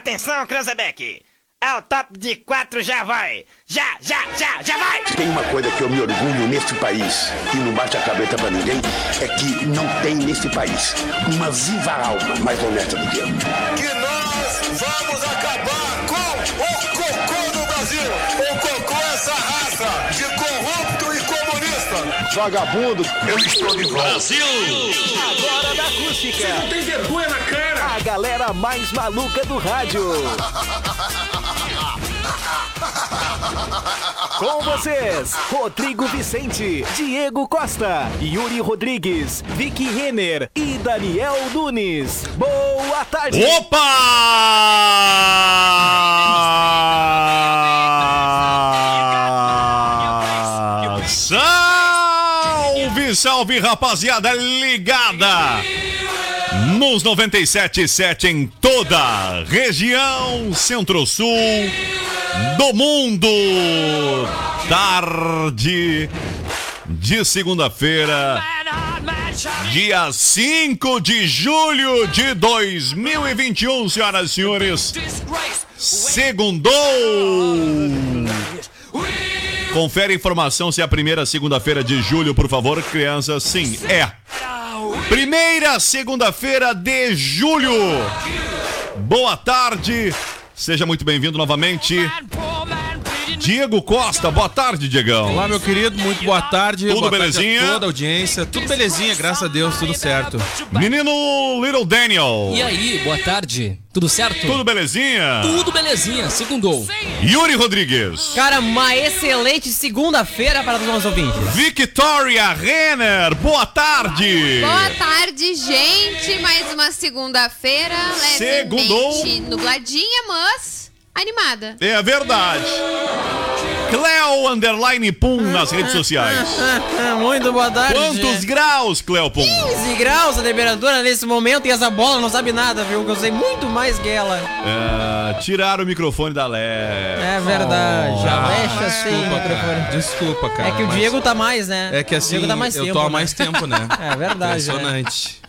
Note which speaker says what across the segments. Speaker 1: Atenção, Cranzebeck! Ao top de quatro já vai! Já, já, já, já vai!
Speaker 2: Tem uma coisa que eu me orgulho neste país, e não bate a cabeça pra ninguém, é que não tem neste país uma viva alma mais honesta do que eu.
Speaker 3: que nós vamos acabar com o cocô do Brasil. O cocô é essa raça de corrupto e comunista.
Speaker 2: Vagabundo, eu estou de volta.
Speaker 3: Tem vergonha na cara.
Speaker 4: A galera mais maluca do rádio. Com vocês, Rodrigo Vicente, Diego Costa, Yuri Rodrigues, Vicky Renner e Daniel Nunes. Boa tarde!
Speaker 5: Opa! Salve, salve, rapaziada ligada! Nos 97.7 em toda a região centro-sul do mundo. Tarde de segunda-feira, dia 5 de julho de 2021, senhoras e senhores. Segundou! Confere a informação se é a primeira segunda-feira de julho, por favor, criança. Sim, é. Primeira segunda-feira de julho. Boa tarde. Seja muito bem-vindo novamente. Diego Costa, boa tarde, Diegão.
Speaker 6: Olá, meu querido, muito boa tarde.
Speaker 5: Tudo
Speaker 6: boa tarde
Speaker 5: belezinha?
Speaker 6: a toda a audiência. Tudo belezinha, graças a Deus, tudo certo.
Speaker 5: Menino Little Daniel.
Speaker 7: E aí, boa tarde. Tudo certo?
Speaker 5: Tudo belezinha?
Speaker 7: Tudo belezinha, segundou.
Speaker 5: Yuri Rodrigues.
Speaker 8: Cara, uma excelente segunda-feira para todos os ouvintes.
Speaker 5: Victoria Renner, boa tarde.
Speaker 9: Boa tarde, gente. Mais uma segunda-feira,
Speaker 5: Segundou.
Speaker 9: levemente nubladinha, mas animada.
Speaker 5: É verdade. Cleo Underline Pum nas redes sociais.
Speaker 8: Muito boa tarde.
Speaker 5: Quantos graus, Cleopon?
Speaker 8: 15 graus a temperatura nesse momento e essa bola não sabe nada, viu? Que eu sei muito mais que ela.
Speaker 5: É, tiraram o microfone da Lé.
Speaker 8: É verdade. Já
Speaker 5: Ah,
Speaker 8: mexe assim o microfone.
Speaker 6: Desculpa, cara.
Speaker 8: É que o
Speaker 6: mas-
Speaker 8: Diego tá mais, né?
Speaker 6: É que
Speaker 8: o
Speaker 6: assim,
Speaker 8: Diego tá mais
Speaker 6: eu
Speaker 8: tempo,
Speaker 6: tô há
Speaker 8: né?
Speaker 6: mais tempo, né?
Speaker 8: É verdade, né?
Speaker 6: Impressionante.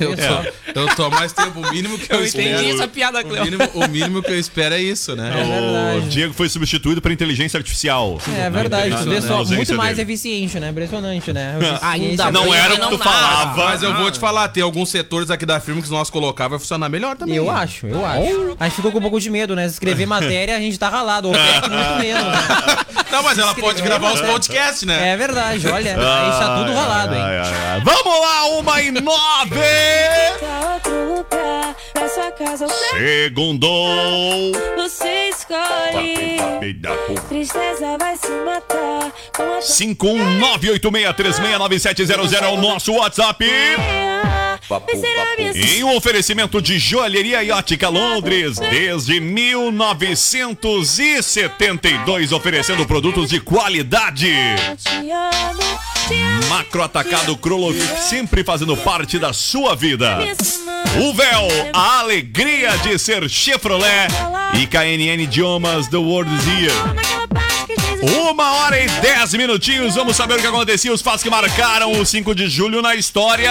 Speaker 6: Eu
Speaker 7: É.
Speaker 6: tô, eu tô há mais tempo, o mínimo que eu, espero.
Speaker 8: piada,
Speaker 6: O mínimo, o mínimo que eu espero é isso, né?
Speaker 5: O
Speaker 8: verdade.
Speaker 5: Diego foi substituído por inteligência artificial.
Speaker 8: É verdade, tu vê
Speaker 6: Na
Speaker 8: só,
Speaker 5: ausência
Speaker 8: muito mais
Speaker 5: dele.
Speaker 8: eficiente, né? Impressionante, né?
Speaker 7: Ainda
Speaker 5: Não
Speaker 7: bem,
Speaker 5: era o que
Speaker 7: não
Speaker 5: tu
Speaker 7: nada.
Speaker 5: falava.
Speaker 6: Mas eu
Speaker 7: Ah.
Speaker 6: vou te falar, tem alguns setores aqui da firma que se nós colocar vai funcionar melhor também.
Speaker 8: Eu acho, eu
Speaker 6: Oh.
Speaker 8: acho. A gente ficou com um pouco de medo, né? Se escrever matéria, a gente tá ralado. O Opec muito menos, né?
Speaker 6: Não, mas ela pode gravar os podcasts, né?
Speaker 8: É verdade, olha. Aí está tudo ralado, hein?
Speaker 5: Ai, ai, ai. Vamos lá, uma e nove!
Speaker 10: pra outro lugar, pra sua casa ou pra
Speaker 5: Segundou.
Speaker 10: você escolhe. Tristeza vai se matar com a tua
Speaker 5: 51986369700 é o nosso WhatsApp.
Speaker 10: ideia. Mas será minha
Speaker 5: Em um oferecimento de Joalheria e Ótica Londres, desde 1972, oferecendo produtos de qualidade.
Speaker 10: sorte, amo, te amo,
Speaker 5: Macro Atacado Krolov sempre fazendo parte da sua vida.
Speaker 10: minha semana.
Speaker 5: O véu, a alegria de ser Chevrolet e KNN Idiomas The World's Year.
Speaker 10: Naquela parte que diz o
Speaker 5: Uma hora e dez minutinhos, vamos saber o que acontecia, os fatos que marcaram o 5 de julho na história.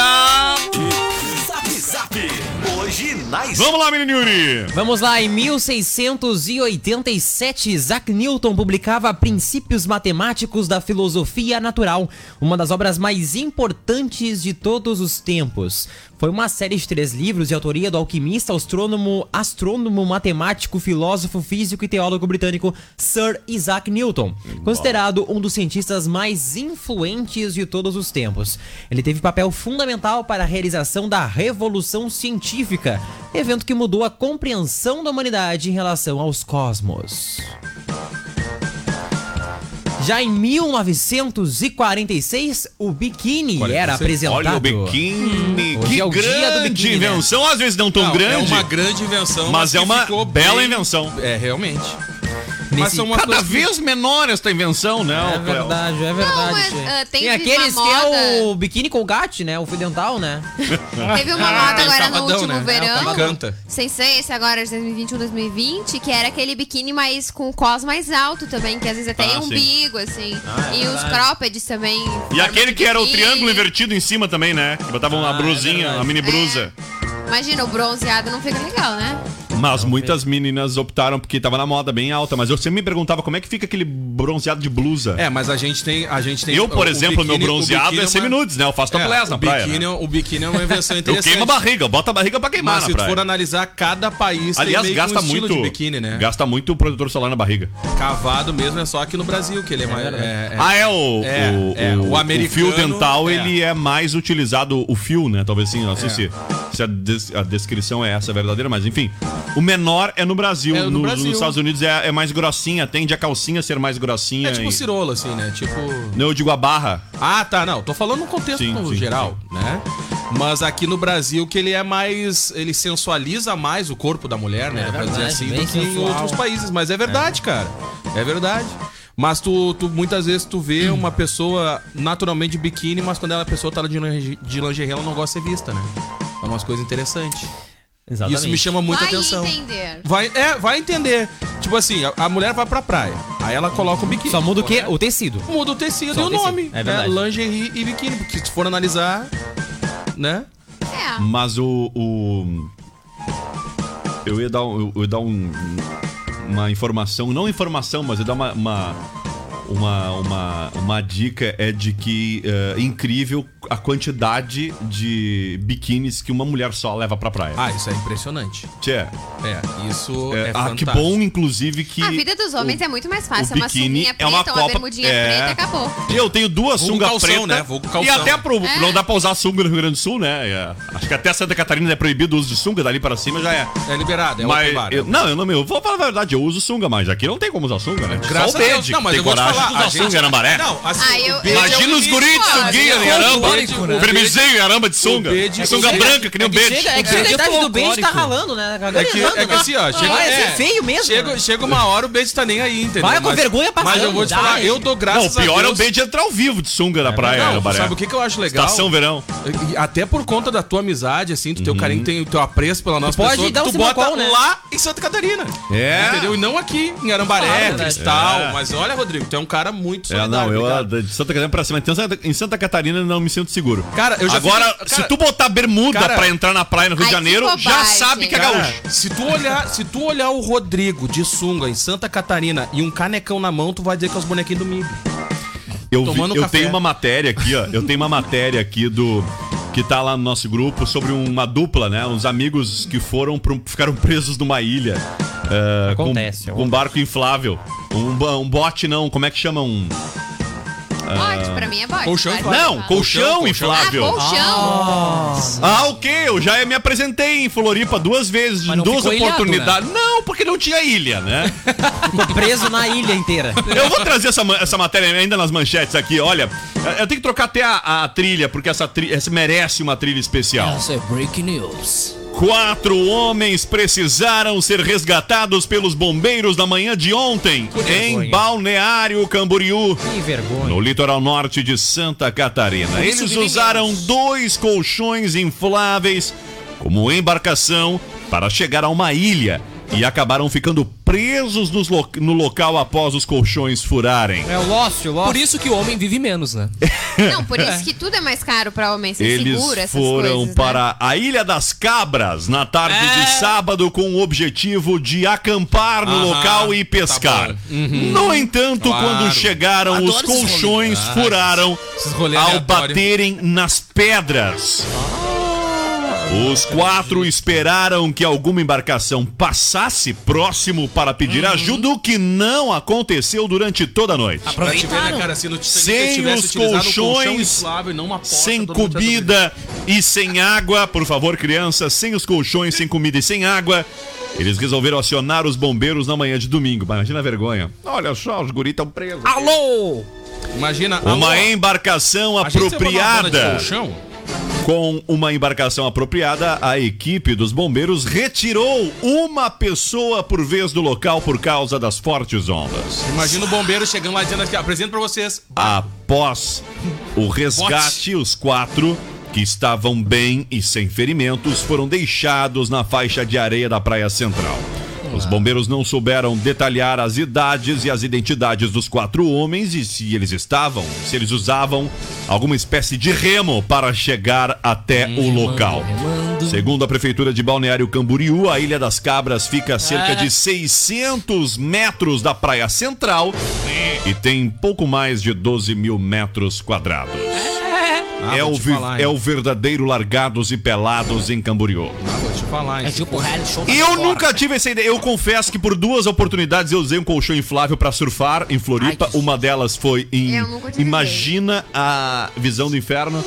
Speaker 5: Vamos lá, menino Yuri.
Speaker 8: Vamos lá, em 1687, Isaac Newton publicava Princípios Matemáticos da Filosofia Natural, uma das obras mais importantes de todos os tempos. Foi uma série de três livros de autoria do alquimista, astrônomo, astrônomo, matemático, filósofo, físico e teólogo britânico Sir Isaac Newton,
Speaker 5: Hum,
Speaker 8: considerado um dos cientistas mais influentes de todos os tempos. Ele teve papel fundamental para a realização da Revolução Científica, evento que mudou a compreensão da humanidade em relação aos cosmos. Já em 1946, o biquíni era
Speaker 6: 46.
Speaker 8: apresentado.
Speaker 5: Olha o biquíni,
Speaker 8: Hoje
Speaker 5: que
Speaker 8: é o dia do
Speaker 5: grande
Speaker 8: biquíni, né?
Speaker 5: invenção, às vezes não tão
Speaker 6: Não,
Speaker 5: Um grande,
Speaker 6: É uma grande invenção.
Speaker 5: mas é
Speaker 6: que
Speaker 5: uma
Speaker 6: ficou
Speaker 5: bela
Speaker 6: bem- assim,
Speaker 5: invenção.
Speaker 6: É, realmente.
Speaker 8: Nesse-
Speaker 6: são umas
Speaker 5: Cada
Speaker 6: coisas que-
Speaker 5: vez menor esta invenção, né?
Speaker 8: É
Speaker 5: Cleo?
Speaker 8: verdade, é
Speaker 9: Não,
Speaker 8: verdade.
Speaker 9: mas
Speaker 8: gente.
Speaker 9: ah,
Speaker 8: tem
Speaker 9: teve
Speaker 8: aqueles
Speaker 9: uma
Speaker 8: que
Speaker 9: moda.
Speaker 8: é o biquíni colgate, né? O fio dental, né?
Speaker 9: Teve uma moda
Speaker 6: tem
Speaker 9: agora no
Speaker 6: sabadão,
Speaker 9: último
Speaker 6: né? É, o
Speaker 9: verão.
Speaker 6: que canta.
Speaker 9: Sem ser esse agora, de 2021, 2020, que era aquele biquíni mais com o cos mais alto também, que às vezes até
Speaker 5: Ah,
Speaker 9: é
Speaker 5: sim. Ah, é
Speaker 9: umbigo, assim. e os croppeds também. em
Speaker 5: E
Speaker 9: forma
Speaker 5: aquele
Speaker 9: de
Speaker 5: que era o
Speaker 9: biquíni.
Speaker 5: triângulo invertido em cima também, né? Que botavam a brusinha, a mini brusa.
Speaker 9: Imagina, o bronzeado não fica legal, né?
Speaker 5: Mas muitas meninas optaram porque tava na moda bem alta, mas eu sempre me perguntava como é que fica aquele bronzeado de blusa.
Speaker 6: É, mas a gente tem. A gente tem
Speaker 5: Eu, por
Speaker 6: o
Speaker 5: exemplo, meu
Speaker 6: biquíni- o
Speaker 5: bronzeado é
Speaker 6: biquíni uma-
Speaker 5: seminudes, né? Eu faço topless na
Speaker 6: o
Speaker 5: praia, né?
Speaker 6: biquíni- O biquíni é uma invenção
Speaker 5: Eu
Speaker 6: interessante.
Speaker 5: queimo a barriga, bota a barriga pra queimar
Speaker 6: Mas
Speaker 5: na
Speaker 6: se tu
Speaker 5: praia.
Speaker 6: for analisar, cada país
Speaker 5: Aliás,
Speaker 6: meio que um
Speaker 5: gasta
Speaker 6: estilo
Speaker 5: muito.
Speaker 6: de biquíni, né?
Speaker 5: Gasta muito o protetor solar na barriga.
Speaker 6: Cavado mesmo é só aqui no Brasil, que ele é mais. é- é-
Speaker 5: Ah, é o,
Speaker 6: É, é, o americano,
Speaker 5: fio dental,
Speaker 6: é.
Speaker 5: ele é mais utilizado, o fio, né? Talvez assim, não sei
Speaker 6: É.
Speaker 5: se, se a, des- a descrição é essa verdadeira, mas enfim. O menor é no Brasil.
Speaker 6: É no
Speaker 5: nos,
Speaker 6: Brasil.
Speaker 5: nos Estados Unidos é, é mais grossinha, tende a calcinha ser mais grossinha.
Speaker 6: É tipo
Speaker 5: e-
Speaker 6: cirola, assim, né? Tipo.
Speaker 5: Não, eu digo a barra.
Speaker 6: Ah, tá, não. Tô falando no contexto
Speaker 5: Sim, sim,
Speaker 6: geral, né? Mas aqui no Brasil que ele é mais. ele sensualiza mais o corpo da mulher,
Speaker 8: É
Speaker 6: né? Dá pra dizer
Speaker 7: verdade,
Speaker 6: assim,
Speaker 7: bem
Speaker 6: do que em
Speaker 7: sensual.
Speaker 6: outros países. Mas é verdade, cara. É verdade. Mas tu, tu muitas vezes tu vê
Speaker 8: Hum.
Speaker 6: uma pessoa naturalmente de biquíni, mas quando ela a pessoa tá de lingerie, de lingerie, ela não gosta de ser vista, né? É umas coisas interessantes.
Speaker 8: Exatamente.
Speaker 6: Isso me chama muita
Speaker 9: Vai
Speaker 6: atenção.
Speaker 9: entender.
Speaker 6: Vai, é, vai entender. Tipo assim, a, a mulher vai pra praia. Aí ela coloca o biquíni.
Speaker 8: Só muda o quê?
Speaker 6: correto?
Speaker 8: O tecido.
Speaker 6: Muda o tecido
Speaker 8: Só
Speaker 6: e o
Speaker 8: o tecido.
Speaker 6: nome.
Speaker 8: É verdade.
Speaker 6: Né? Lingerie e biquíni. Porque se for analisar, né?
Speaker 9: É.
Speaker 5: Mas o. o- Eu ia dar, um- eu ia dar um- uma informação, não informação, mas eu ia dar uma, uma, uma, uma, uma dica: é de que é incrível a quantidade de biquínis que uma mulher só leva pra praia.
Speaker 6: Ah, isso é impressionante.
Speaker 5: Tchê,
Speaker 6: É, isso é,
Speaker 5: é, ah, que
Speaker 6: fantástico.
Speaker 5: bom, inclusive, que.
Speaker 9: A vida dos homens é muito mais
Speaker 5: o
Speaker 9: fácil. É uma
Speaker 5: biquíni
Speaker 9: sunguinha
Speaker 5: é
Speaker 9: preta,
Speaker 5: uma
Speaker 9: uma,
Speaker 5: copa-
Speaker 9: bermudinha
Speaker 5: é.
Speaker 9: preta, acabou.
Speaker 5: Eu tenho duas
Speaker 6: Vulgo
Speaker 5: sungas
Speaker 6: calção,
Speaker 5: preta
Speaker 6: né? Vulgo calção.
Speaker 5: E até pro,
Speaker 9: É.
Speaker 5: não dá pra usar sunga no Rio Grande do Sul, né? É, Acho que até Santa Catarina é proibido o uso de sunga, dali pra cima já é.
Speaker 6: É liberado, é
Speaker 5: mas
Speaker 6: open bar,
Speaker 5: eu-
Speaker 6: é.
Speaker 5: não, eu não me. Eu vou falar a verdade, eu uso sunga, mas aqui não tem como usar sunga, né?
Speaker 6: Graças
Speaker 5: Só
Speaker 6: a
Speaker 5: o Bede,
Speaker 6: Deus.
Speaker 5: que
Speaker 6: Não,
Speaker 5: um
Speaker 6: mas
Speaker 5: tem
Speaker 6: eu vou te
Speaker 5: coragem
Speaker 6: falar,
Speaker 5: de
Speaker 6: a
Speaker 5: usar
Speaker 6: gente-
Speaker 5: sunga em Arambaré.
Speaker 6: Não, assim,
Speaker 9: Ah, eu-
Speaker 6: o beijo
Speaker 5: Imagina
Speaker 6: é o
Speaker 5: os guris de
Speaker 9: Pô,
Speaker 5: sunguinha
Speaker 9: mas
Speaker 5: em
Speaker 9: é
Speaker 5: Aramba.
Speaker 7: folclórico, né?
Speaker 5: Vermizinho em Aramba de sunga.
Speaker 6: Bede- é que
Speaker 5: sunga
Speaker 6: chega-
Speaker 5: branca, que nem o Bede.
Speaker 7: é que chega a idade do beijo tá
Speaker 8: ralando, né?
Speaker 6: É que, é que assim, ó, chega,
Speaker 8: Vai,
Speaker 6: é,
Speaker 8: é feio mesmo,
Speaker 6: Chega,
Speaker 8: né?
Speaker 6: chega uma hora o beijo tá nem aí, entendeu?
Speaker 8: Vai com vergonha passando,
Speaker 6: Mas eu vou te
Speaker 8: dá,
Speaker 6: falar,
Speaker 8: é.
Speaker 6: eu dou
Speaker 5: Não,
Speaker 6: graças
Speaker 5: o pior é
Speaker 6: a
Speaker 5: o
Speaker 6: Deus. É
Speaker 5: Bede entrar ao vivo de sunga na praia, né, em
Speaker 6: Não,
Speaker 5: Arambaré.
Speaker 6: sabe o que, que eu acho legal?
Speaker 5: Estação verão.
Speaker 6: E Até por conta da tua amizade, assim, do
Speaker 5: Uhum.
Speaker 6: teu carinho, tem o teu apreço pela nossa
Speaker 8: pode
Speaker 6: pessoa,
Speaker 8: dar um
Speaker 6: tu bota
Speaker 8: simocol, né?
Speaker 6: lá em Santa Catarina.
Speaker 5: É.
Speaker 6: Entendeu? E não aqui, em Arambaré,
Speaker 8: Claro, né?
Speaker 6: Cristal.
Speaker 5: É.
Speaker 6: Mas olha, Rodrigo, tu é um cara muito
Speaker 5: É, não, eu
Speaker 6: obrigado.
Speaker 5: de Santa Catarina pra cima. Então, Santa- em Santa Catarina eu não me sinto seguro.
Speaker 6: Cara, eu já
Speaker 5: Agora,
Speaker 6: fiz- um-
Speaker 5: se
Speaker 6: cara-
Speaker 5: tu botar bermuda
Speaker 6: Cara-
Speaker 5: pra entrar na praia no Rio de
Speaker 9: Ai, que
Speaker 5: Janeiro, já
Speaker 9: bobagem.
Speaker 5: sabe que é
Speaker 6: Cara,
Speaker 5: gaúcho.
Speaker 6: se tu olhar, se tu olhar o Rodrigo de sunga em Santa Catarina e um canecão na mão, tu vai dizer que é os bonequinhos do Mib.
Speaker 5: Eu, vi-
Speaker 6: tomando
Speaker 5: eu
Speaker 6: café.
Speaker 5: tenho uma matéria aqui, ó. Eu tenho uma matéria aqui do. Que tá lá no nosso grupo sobre uma dupla, né? Uns amigos que foram pra um- ficaram presos numa ilha. é, com-
Speaker 8: Acontece,
Speaker 5: Com um barco inflável. Um, ba- um bote, não. Como é que chama? Um.
Speaker 9: Bode, pra mim é bode.
Speaker 6: colchão
Speaker 9: claro.
Speaker 5: Não,
Speaker 9: Ah,
Speaker 5: colchão,
Speaker 6: colchão.
Speaker 5: Ah. inflável.
Speaker 9: colchão.
Speaker 5: Ah, ok, eu já me apresentei em Floripa duas vezes,
Speaker 7: Mas não
Speaker 5: duas
Speaker 7: ficou ilhado, né?
Speaker 5: oportunidades. Não, porque não tinha ilha, né?
Speaker 8: Ficou preso na ilha inteira.
Speaker 5: Eu vou trazer essa, ma- essa matéria ainda nas manchetes aqui, olha. eu- Eu tenho que trocar até a, a trilha, porque essa, tri- essa merece uma trilha especial.
Speaker 7: Essa é break news.
Speaker 5: Quatro homens precisaram ser resgatados pelos bombeiros na manhã de ontem, em Balneário Camboriú.
Speaker 8: Que vergonha.
Speaker 5: No litoral norte de Santa Catarina. Eles usaram dois colchões infláveis como embarcação para chegar a uma ilha e acabaram ficando presos nos lo- no local após os colchões furarem.
Speaker 8: É o Lost, o Lost.
Speaker 7: Por isso que o homem vive menos, né?
Speaker 9: Não, por isso que tudo é mais caro pra homem ser
Speaker 5: Ah. Eles
Speaker 9: seguro, essas
Speaker 5: foram
Speaker 9: coisas, né?
Speaker 5: para a Ilha das Cabras na tarde de sábado com o objetivo de acampar no
Speaker 6: É. Aham,
Speaker 5: local e pescar.
Speaker 6: tá
Speaker 5: No entanto,
Speaker 6: Claro.
Speaker 5: quando chegaram,
Speaker 7: Adoro
Speaker 5: os
Speaker 7: esses rolês.
Speaker 5: colchões
Speaker 9: né?
Speaker 6: Ah,
Speaker 5: furaram
Speaker 6: esses rolês
Speaker 5: ao
Speaker 6: aleatórios. Ah.
Speaker 5: baterem nas pedras. Os quatro esperaram que alguma embarcação passasse próximo para
Speaker 6: Uhum.
Speaker 5: pedir ajuda, o que não aconteceu durante toda a noite.
Speaker 6: Pra te ver, né, cara, se no Titanic
Speaker 5: Sem
Speaker 6: eu tivesse
Speaker 5: os
Speaker 6: utilizado um colchão
Speaker 5: colchões,
Speaker 6: inflável e não uma porta,
Speaker 5: sem
Speaker 6: todo mundo tinha
Speaker 5: comida e sem água. Por favor, crianças, sem os colchões, sem comida e sem água. Eles resolveram acionar os bombeiros na manhã de domingo. Mas Imagina a vergonha. Olha só, os guris estão presos.
Speaker 8: Alô!
Speaker 6: dormido. Imagina.
Speaker 5: Uma
Speaker 6: alô,
Speaker 5: embarcação
Speaker 6: a gente se for numa banda de
Speaker 5: apropriada.
Speaker 6: colchão,
Speaker 5: Com uma embarcação apropriada, a equipe dos bombeiros retirou uma pessoa por vez do local por causa das fortes ondas.
Speaker 6: Imagina o bombeiro chegando lá dizendo aqui, ó, apresento pra vocês.
Speaker 5: Após o resgate, os quatro que estavam bem e sem ferimentos foram deixados na faixa de areia da Praia Central. Os bombeiros não souberam detalhar as idades e as identidades dos quatro homens e se eles estavam, se eles usavam alguma espécie de remo para chegar até o local. Segundo a prefeitura de Balneário Camboriú, a Ilha das Cabras fica a cerca de 600 metros da praia central e tem pouco mais de 12 mil metros quadrados.
Speaker 6: Ah,
Speaker 5: é,
Speaker 6: vou
Speaker 5: o
Speaker 6: te
Speaker 5: vi-
Speaker 6: falar, hein?
Speaker 5: é o verdadeiro largados e pelados em Camboriú.
Speaker 6: Ah, vou te falar, hein?
Speaker 7: É tipo reality show.
Speaker 8: Tá
Speaker 7: da
Speaker 5: Eu
Speaker 7: Record.
Speaker 5: nunca tive essa ideia. Eu confesso que por duas oportunidades eu usei um colchão inflável pra surfar em Floripa.
Speaker 7: Ai, que
Speaker 5: Uma delas foi em
Speaker 9: Eu nunca utilizei.
Speaker 5: Imagina a Visão do Inferno.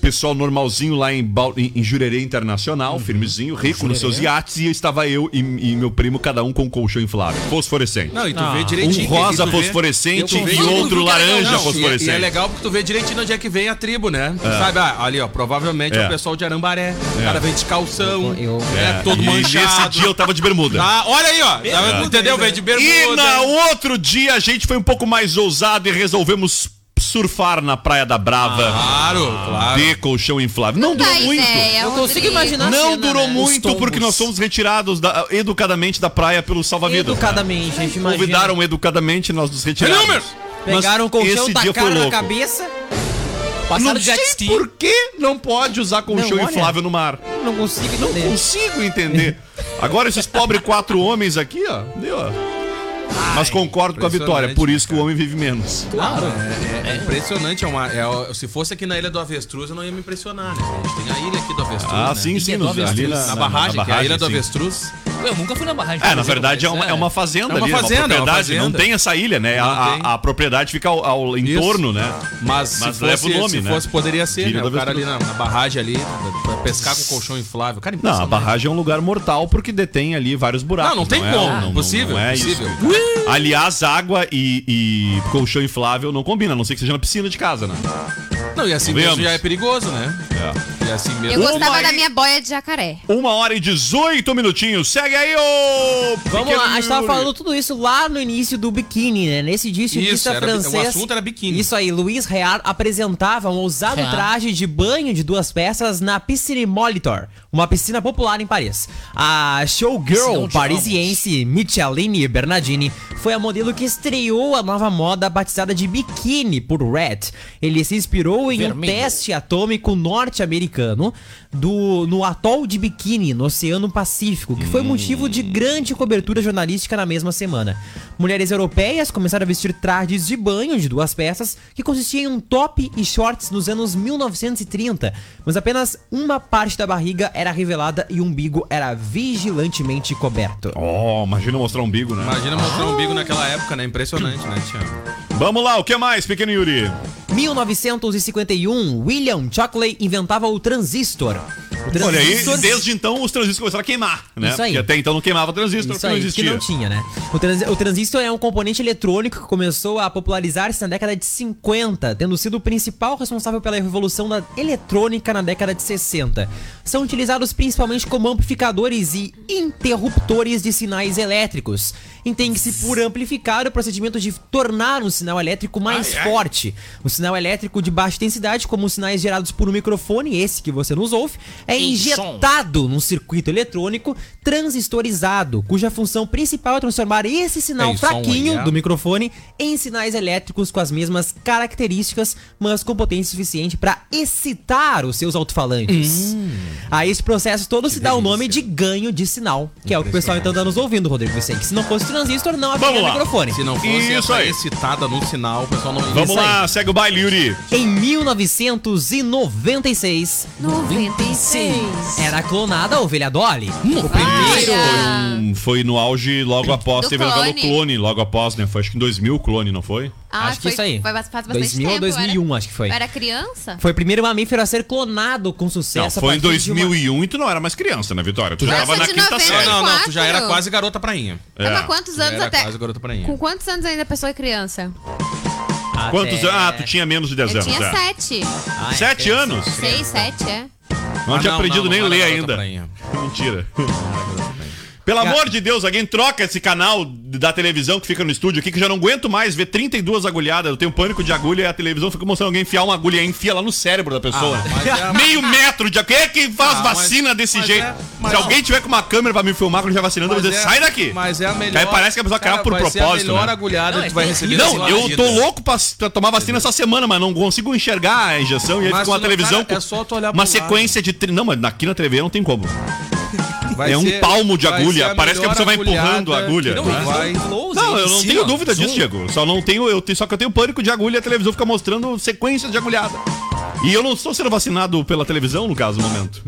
Speaker 5: Pessoal normalzinho lá em, Bal... em em Jurerê Internacional, firmezinho, rico nos seus iates, e estava eu e, e meu primo, cada um com um colchão inflável, fosforescente.
Speaker 6: Não, e tu
Speaker 8: Ah.
Speaker 6: vê
Speaker 5: um
Speaker 6: direitinho.
Speaker 5: rosa
Speaker 6: e tu vê-
Speaker 5: fosforescente
Speaker 6: Eu
Speaker 5: e
Speaker 6: vejo-
Speaker 5: outro laranja
Speaker 6: Não,
Speaker 5: fosforescente.
Speaker 6: E, e é legal porque tu vê direitinho onde é que vem a tribo, né? Tu Sabe, ah, ali ó, provavelmente é.
Speaker 5: É.
Speaker 6: o pessoal de Arambaré.
Speaker 5: É.
Speaker 6: O cara vem de calção,
Speaker 8: Eu-
Speaker 6: é, todo
Speaker 5: e nesse
Speaker 6: manchado.
Speaker 5: dia eu tava de bermuda.
Speaker 6: Ah, olha aí, ó. Entendeu? Vem de bermuda.
Speaker 5: E na outro dia a gente foi um pouco mais ousado e resolvemos surfar na Praia da Brava
Speaker 6: Claro, claro.
Speaker 5: de colchão inflável. Não
Speaker 9: Tá
Speaker 5: durou muito.
Speaker 9: ideia,
Speaker 8: Eu consigo
Speaker 9: Rodrigo.
Speaker 8: imaginar a
Speaker 5: Não
Speaker 8: cena,
Speaker 5: durou
Speaker 8: né? Os
Speaker 5: muito
Speaker 8: tombos.
Speaker 5: porque nós fomos retirados da- educadamente da praia pelo salva-vidas.
Speaker 8: Educadamente, gente, imagina.
Speaker 5: Convidaram educadamente nós nos retiramos.
Speaker 6: Não, meu!
Speaker 5: Mas
Speaker 8: Pegaram o
Speaker 5: esse
Speaker 8: colchão,
Speaker 5: dia foi
Speaker 8: tacaram na
Speaker 5: louco.
Speaker 8: cabeça.
Speaker 7: Passaram
Speaker 5: Não
Speaker 7: de
Speaker 5: sei
Speaker 7: jet ski.
Speaker 5: por que não pode usar colchão
Speaker 8: Não, olha.
Speaker 5: inflável no mar.
Speaker 8: Não consigo
Speaker 5: Não
Speaker 8: entender.
Speaker 5: consigo entender. Agora esses pobres quatro homens aqui, ó. Deu, ó. Mas concordo com a vitória, é por isso que o homem vive menos.
Speaker 6: Claro. É, é- é impressionante. É uma, é o- se fosse aqui na Ilha do Avestruz, eu não ia me impressionar, né? A gente tem a ilha aqui do Avestruz.
Speaker 5: Ah,
Speaker 6: né?
Speaker 5: sim, sim,
Speaker 7: Ilha
Speaker 5: nos,
Speaker 7: do Avestruz.
Speaker 5: ali
Speaker 6: Na barragem, que é a Ilha do
Speaker 5: sim.
Speaker 6: Avestruz.
Speaker 7: Eu nunca fui na barragem.
Speaker 5: É, na verdade é uma,
Speaker 7: né?
Speaker 5: é uma fazenda
Speaker 6: É uma
Speaker 5: ali,
Speaker 6: fazenda, é uma
Speaker 5: propriedade,
Speaker 6: fazenda.
Speaker 5: não tem essa ilha, né? A,
Speaker 6: Não tem.
Speaker 5: a- a propriedade fica ao, ao entorno, né?
Speaker 6: Mas,
Speaker 5: Mas
Speaker 6: se
Speaker 5: leva
Speaker 6: fosse,
Speaker 5: o nome,
Speaker 6: se
Speaker 5: né?
Speaker 6: fosse, poderia ser,
Speaker 5: Ilha
Speaker 6: né?
Speaker 5: do
Speaker 6: O cara ali
Speaker 5: Avestruz.
Speaker 6: na, na barragem ali, né? pra pescar com colchão inflável. Cara,
Speaker 5: Não, a
Speaker 6: impressionante.
Speaker 5: barragem é um lugar mortal porque detém ali vários buracos.
Speaker 6: Não, não tem
Speaker 5: é-
Speaker 6: como. Impossível,
Speaker 5: é
Speaker 6: impossível.
Speaker 5: isso. Aliás, água e, e colchão inflável não combina, a não ser que seja na piscina de casa, né?
Speaker 6: Não, e assim
Speaker 5: Vemos. É.
Speaker 6: mesmo já é perigoso, né? E assim
Speaker 9: Eu
Speaker 6: mesmo.
Speaker 9: gostava
Speaker 5: Uma
Speaker 9: da
Speaker 5: aí.
Speaker 9: minha boia de jacaré.
Speaker 5: Uma hora e 18 minutinhos. Segue aí, ô!
Speaker 8: Vamos
Speaker 5: pequeno
Speaker 8: lá, a gente tava
Speaker 5: Yuri.
Speaker 8: falando tudo isso lá no início do biquíni, né? Nesse dia, o
Speaker 6: Isso,
Speaker 8: estilista
Speaker 6: era- o
Speaker 8: francês.
Speaker 6: assunto era biquíni.
Speaker 8: Isso aí, Luiz Real apresentava um ousado
Speaker 7: Real.
Speaker 8: traje de banho de duas peças na Piscine Molitor, uma piscina popular em Paris. A showgirl
Speaker 7: Piscinão de
Speaker 8: parisiense Micheline Bernardini foi a modelo que estreou a nova moda batizada de biquíni por Red. Ele se inspirou em
Speaker 7: Vermelho.
Speaker 8: um teste atômico norte-americano do no atol de Biquíni, no Oceano Pacífico, que foi motivo de grande cobertura jornalística na mesma semana. Mulheres europeias começaram a vestir trajes de banho de duas peças, que consistiam em um top e shorts nos anos 1930, mas apenas uma parte da barriga era revelada e o umbigo era vigilantemente coberto.
Speaker 5: Oh, imagina mostrar um umbigo, né?
Speaker 6: Imagina mostrar um umbigo naquela época, né? Impressionante, né, Tiago?
Speaker 5: Vamos lá, o que mais, pequeno Yuri?
Speaker 8: 1951, William Shockley inventava o transistor. O
Speaker 5: Olha aí,
Speaker 8: transistor-
Speaker 5: desde então os transistores começaram a queimar, né?
Speaker 8: Isso aí.
Speaker 5: Porque até então não queimava transistor,
Speaker 8: Isso
Speaker 5: porque não
Speaker 8: aí, que
Speaker 5: existia.
Speaker 8: não tinha, né? O, transi- o transistor é um componente eletrônico que começou a popularizar-se na década de 50, tendo sido o principal responsável pela revolução da eletrônica na década de 60. São utilizados principalmente como amplificadores e interruptores de sinais elétricos. Entende-se por amplificar o procedimento de tornar um sinal elétrico mais forte. O sinal elétrico de baixa intensidade, como os sinais gerados por um microfone, esse que você nos ouve, é
Speaker 7: Em
Speaker 8: injetado
Speaker 7: som.
Speaker 8: ligado num circuito eletrônico transistorizado, cuja função principal é transformar esse sinal
Speaker 6: É isso,
Speaker 8: fraquinho
Speaker 6: som aí, é.
Speaker 8: do microfone em sinais elétricos com as mesmas características, mas com potência suficiente para excitar os seus alto-falantes.
Speaker 5: Hum.
Speaker 8: A esse processo todo se dá o nome de ganho de sinal, que é o que o pessoal então tá nos ouvindo, Rodrigo Vicente. Se não fosse transistor, não haveria
Speaker 5: Vamos lá.
Speaker 8: microfone.
Speaker 6: Se não fosse
Speaker 5: Isso
Speaker 6: essa
Speaker 5: aí.
Speaker 6: excitada no sinal, o pessoal não ia
Speaker 5: Vamos
Speaker 8: Isso
Speaker 5: lá, segue o baile, Yuri.
Speaker 8: Em 1996,
Speaker 9: 96.
Speaker 8: era clonada a ovelha Dolly. O primeiro
Speaker 9: Olha.
Speaker 5: Hum, Foi no auge logo após,
Speaker 9: Do
Speaker 5: teve a novela do
Speaker 9: clone.
Speaker 5: clone, logo após, né? Foi acho que em 2000 o clone, não foi?
Speaker 9: Ah,
Speaker 8: acho que isso aí.
Speaker 9: Foi, faz bastante
Speaker 8: 2000 ou
Speaker 9: tempo, eu
Speaker 8: 2001,
Speaker 9: era-
Speaker 8: acho que foi.
Speaker 9: Eu era criança?
Speaker 8: Foi o primeiro mamífero a ser clonado com sucesso.
Speaker 5: Não, foi em
Speaker 8: a partir é de uma-
Speaker 5: 2001 e tu não era mais criança, né, Vitória? Tu já
Speaker 9: Eu
Speaker 5: tava
Speaker 9: sou
Speaker 5: na
Speaker 9: de
Speaker 5: quinta
Speaker 9: 90.
Speaker 5: série.
Speaker 6: Não, não, tu já era
Speaker 9: Quatro.
Speaker 6: quase garota prainha.
Speaker 9: É. Mas quantos
Speaker 6: Já
Speaker 9: anos
Speaker 6: era
Speaker 9: até...
Speaker 6: quase garota prainha.
Speaker 9: Com quantos anos ainda a pessoa é criança?
Speaker 5: Quantos
Speaker 8: Até-
Speaker 5: anos? Ah, tu tinha menos de 10
Speaker 9: Eu
Speaker 5: anos.
Speaker 9: tinha
Speaker 5: é.
Speaker 9: sete.
Speaker 8: é. Ah, é,
Speaker 5: Sete
Speaker 8: tem-
Speaker 5: anos?
Speaker 9: Seis, sete, é.
Speaker 5: Não
Speaker 6: Ah,
Speaker 5: tinha aprendido
Speaker 6: não,
Speaker 5: nem
Speaker 6: não era
Speaker 5: ler
Speaker 6: garota
Speaker 5: ainda.
Speaker 6: prainha.
Speaker 5: Mentira. Pelo amor de Deus, alguém troca esse canal da televisão que fica no estúdio aqui, que eu já não aguento mais ver 32 agulhadas. Eu tenho pânico de agulha e a televisão fica mostrando alguém enfiar uma agulha e enfia lá no cérebro da pessoa.
Speaker 6: Ah, mas é-
Speaker 5: Meio metro de agulha. Quem é que faz
Speaker 6: Ah, mas-
Speaker 5: vacina desse
Speaker 6: mas
Speaker 5: jeito?
Speaker 6: é- mas
Speaker 5: Se
Speaker 6: não.
Speaker 5: alguém tiver com uma câmera pra me filmar quando já vacinando, eu vou
Speaker 6: Mas
Speaker 5: dizer,
Speaker 6: é-
Speaker 5: sai daqui.
Speaker 6: Mas é a melhor.
Speaker 5: Aí parece que a pessoa
Speaker 6: Cara,
Speaker 5: caiu por
Speaker 6: vai ser
Speaker 5: propósito,
Speaker 6: a melhor
Speaker 5: né?
Speaker 6: agulhada
Speaker 7: Não,
Speaker 6: que
Speaker 7: é
Speaker 6: tu vai receber.
Speaker 7: terrível.
Speaker 6: na
Speaker 5: Não,
Speaker 6: sua
Speaker 5: eu
Speaker 6: vida.
Speaker 5: tô louco pra, pra tomar vacina essa semana, mas não consigo enxergar a injeção e aí
Speaker 6: Mas
Speaker 5: fica uma
Speaker 6: tu não-
Speaker 5: televisão
Speaker 6: cara, é só tu olhar pro
Speaker 5: uma
Speaker 6: lado.
Speaker 5: sequência de. tri- Não, mas aqui na TV não tem como.
Speaker 6: Vai
Speaker 5: é um
Speaker 6: ser-
Speaker 5: palmo de
Speaker 6: vai
Speaker 5: agulha,
Speaker 6: ser
Speaker 5: parece que a pessoa vai empurrando a agulha.
Speaker 6: que
Speaker 5: Não,
Speaker 6: tu vai-
Speaker 7: Close,
Speaker 5: Não, eu
Speaker 7: em
Speaker 5: não
Speaker 7: cima.
Speaker 5: tenho dúvida disso,
Speaker 7: Zoom.
Speaker 5: Diego. Só não tenho, eu tenho, só que eu tenho pânico de agulha e a televisão fica mostrando sequências de agulhada. E eu não estou sendo vacinado pela televisão, no caso, no momento.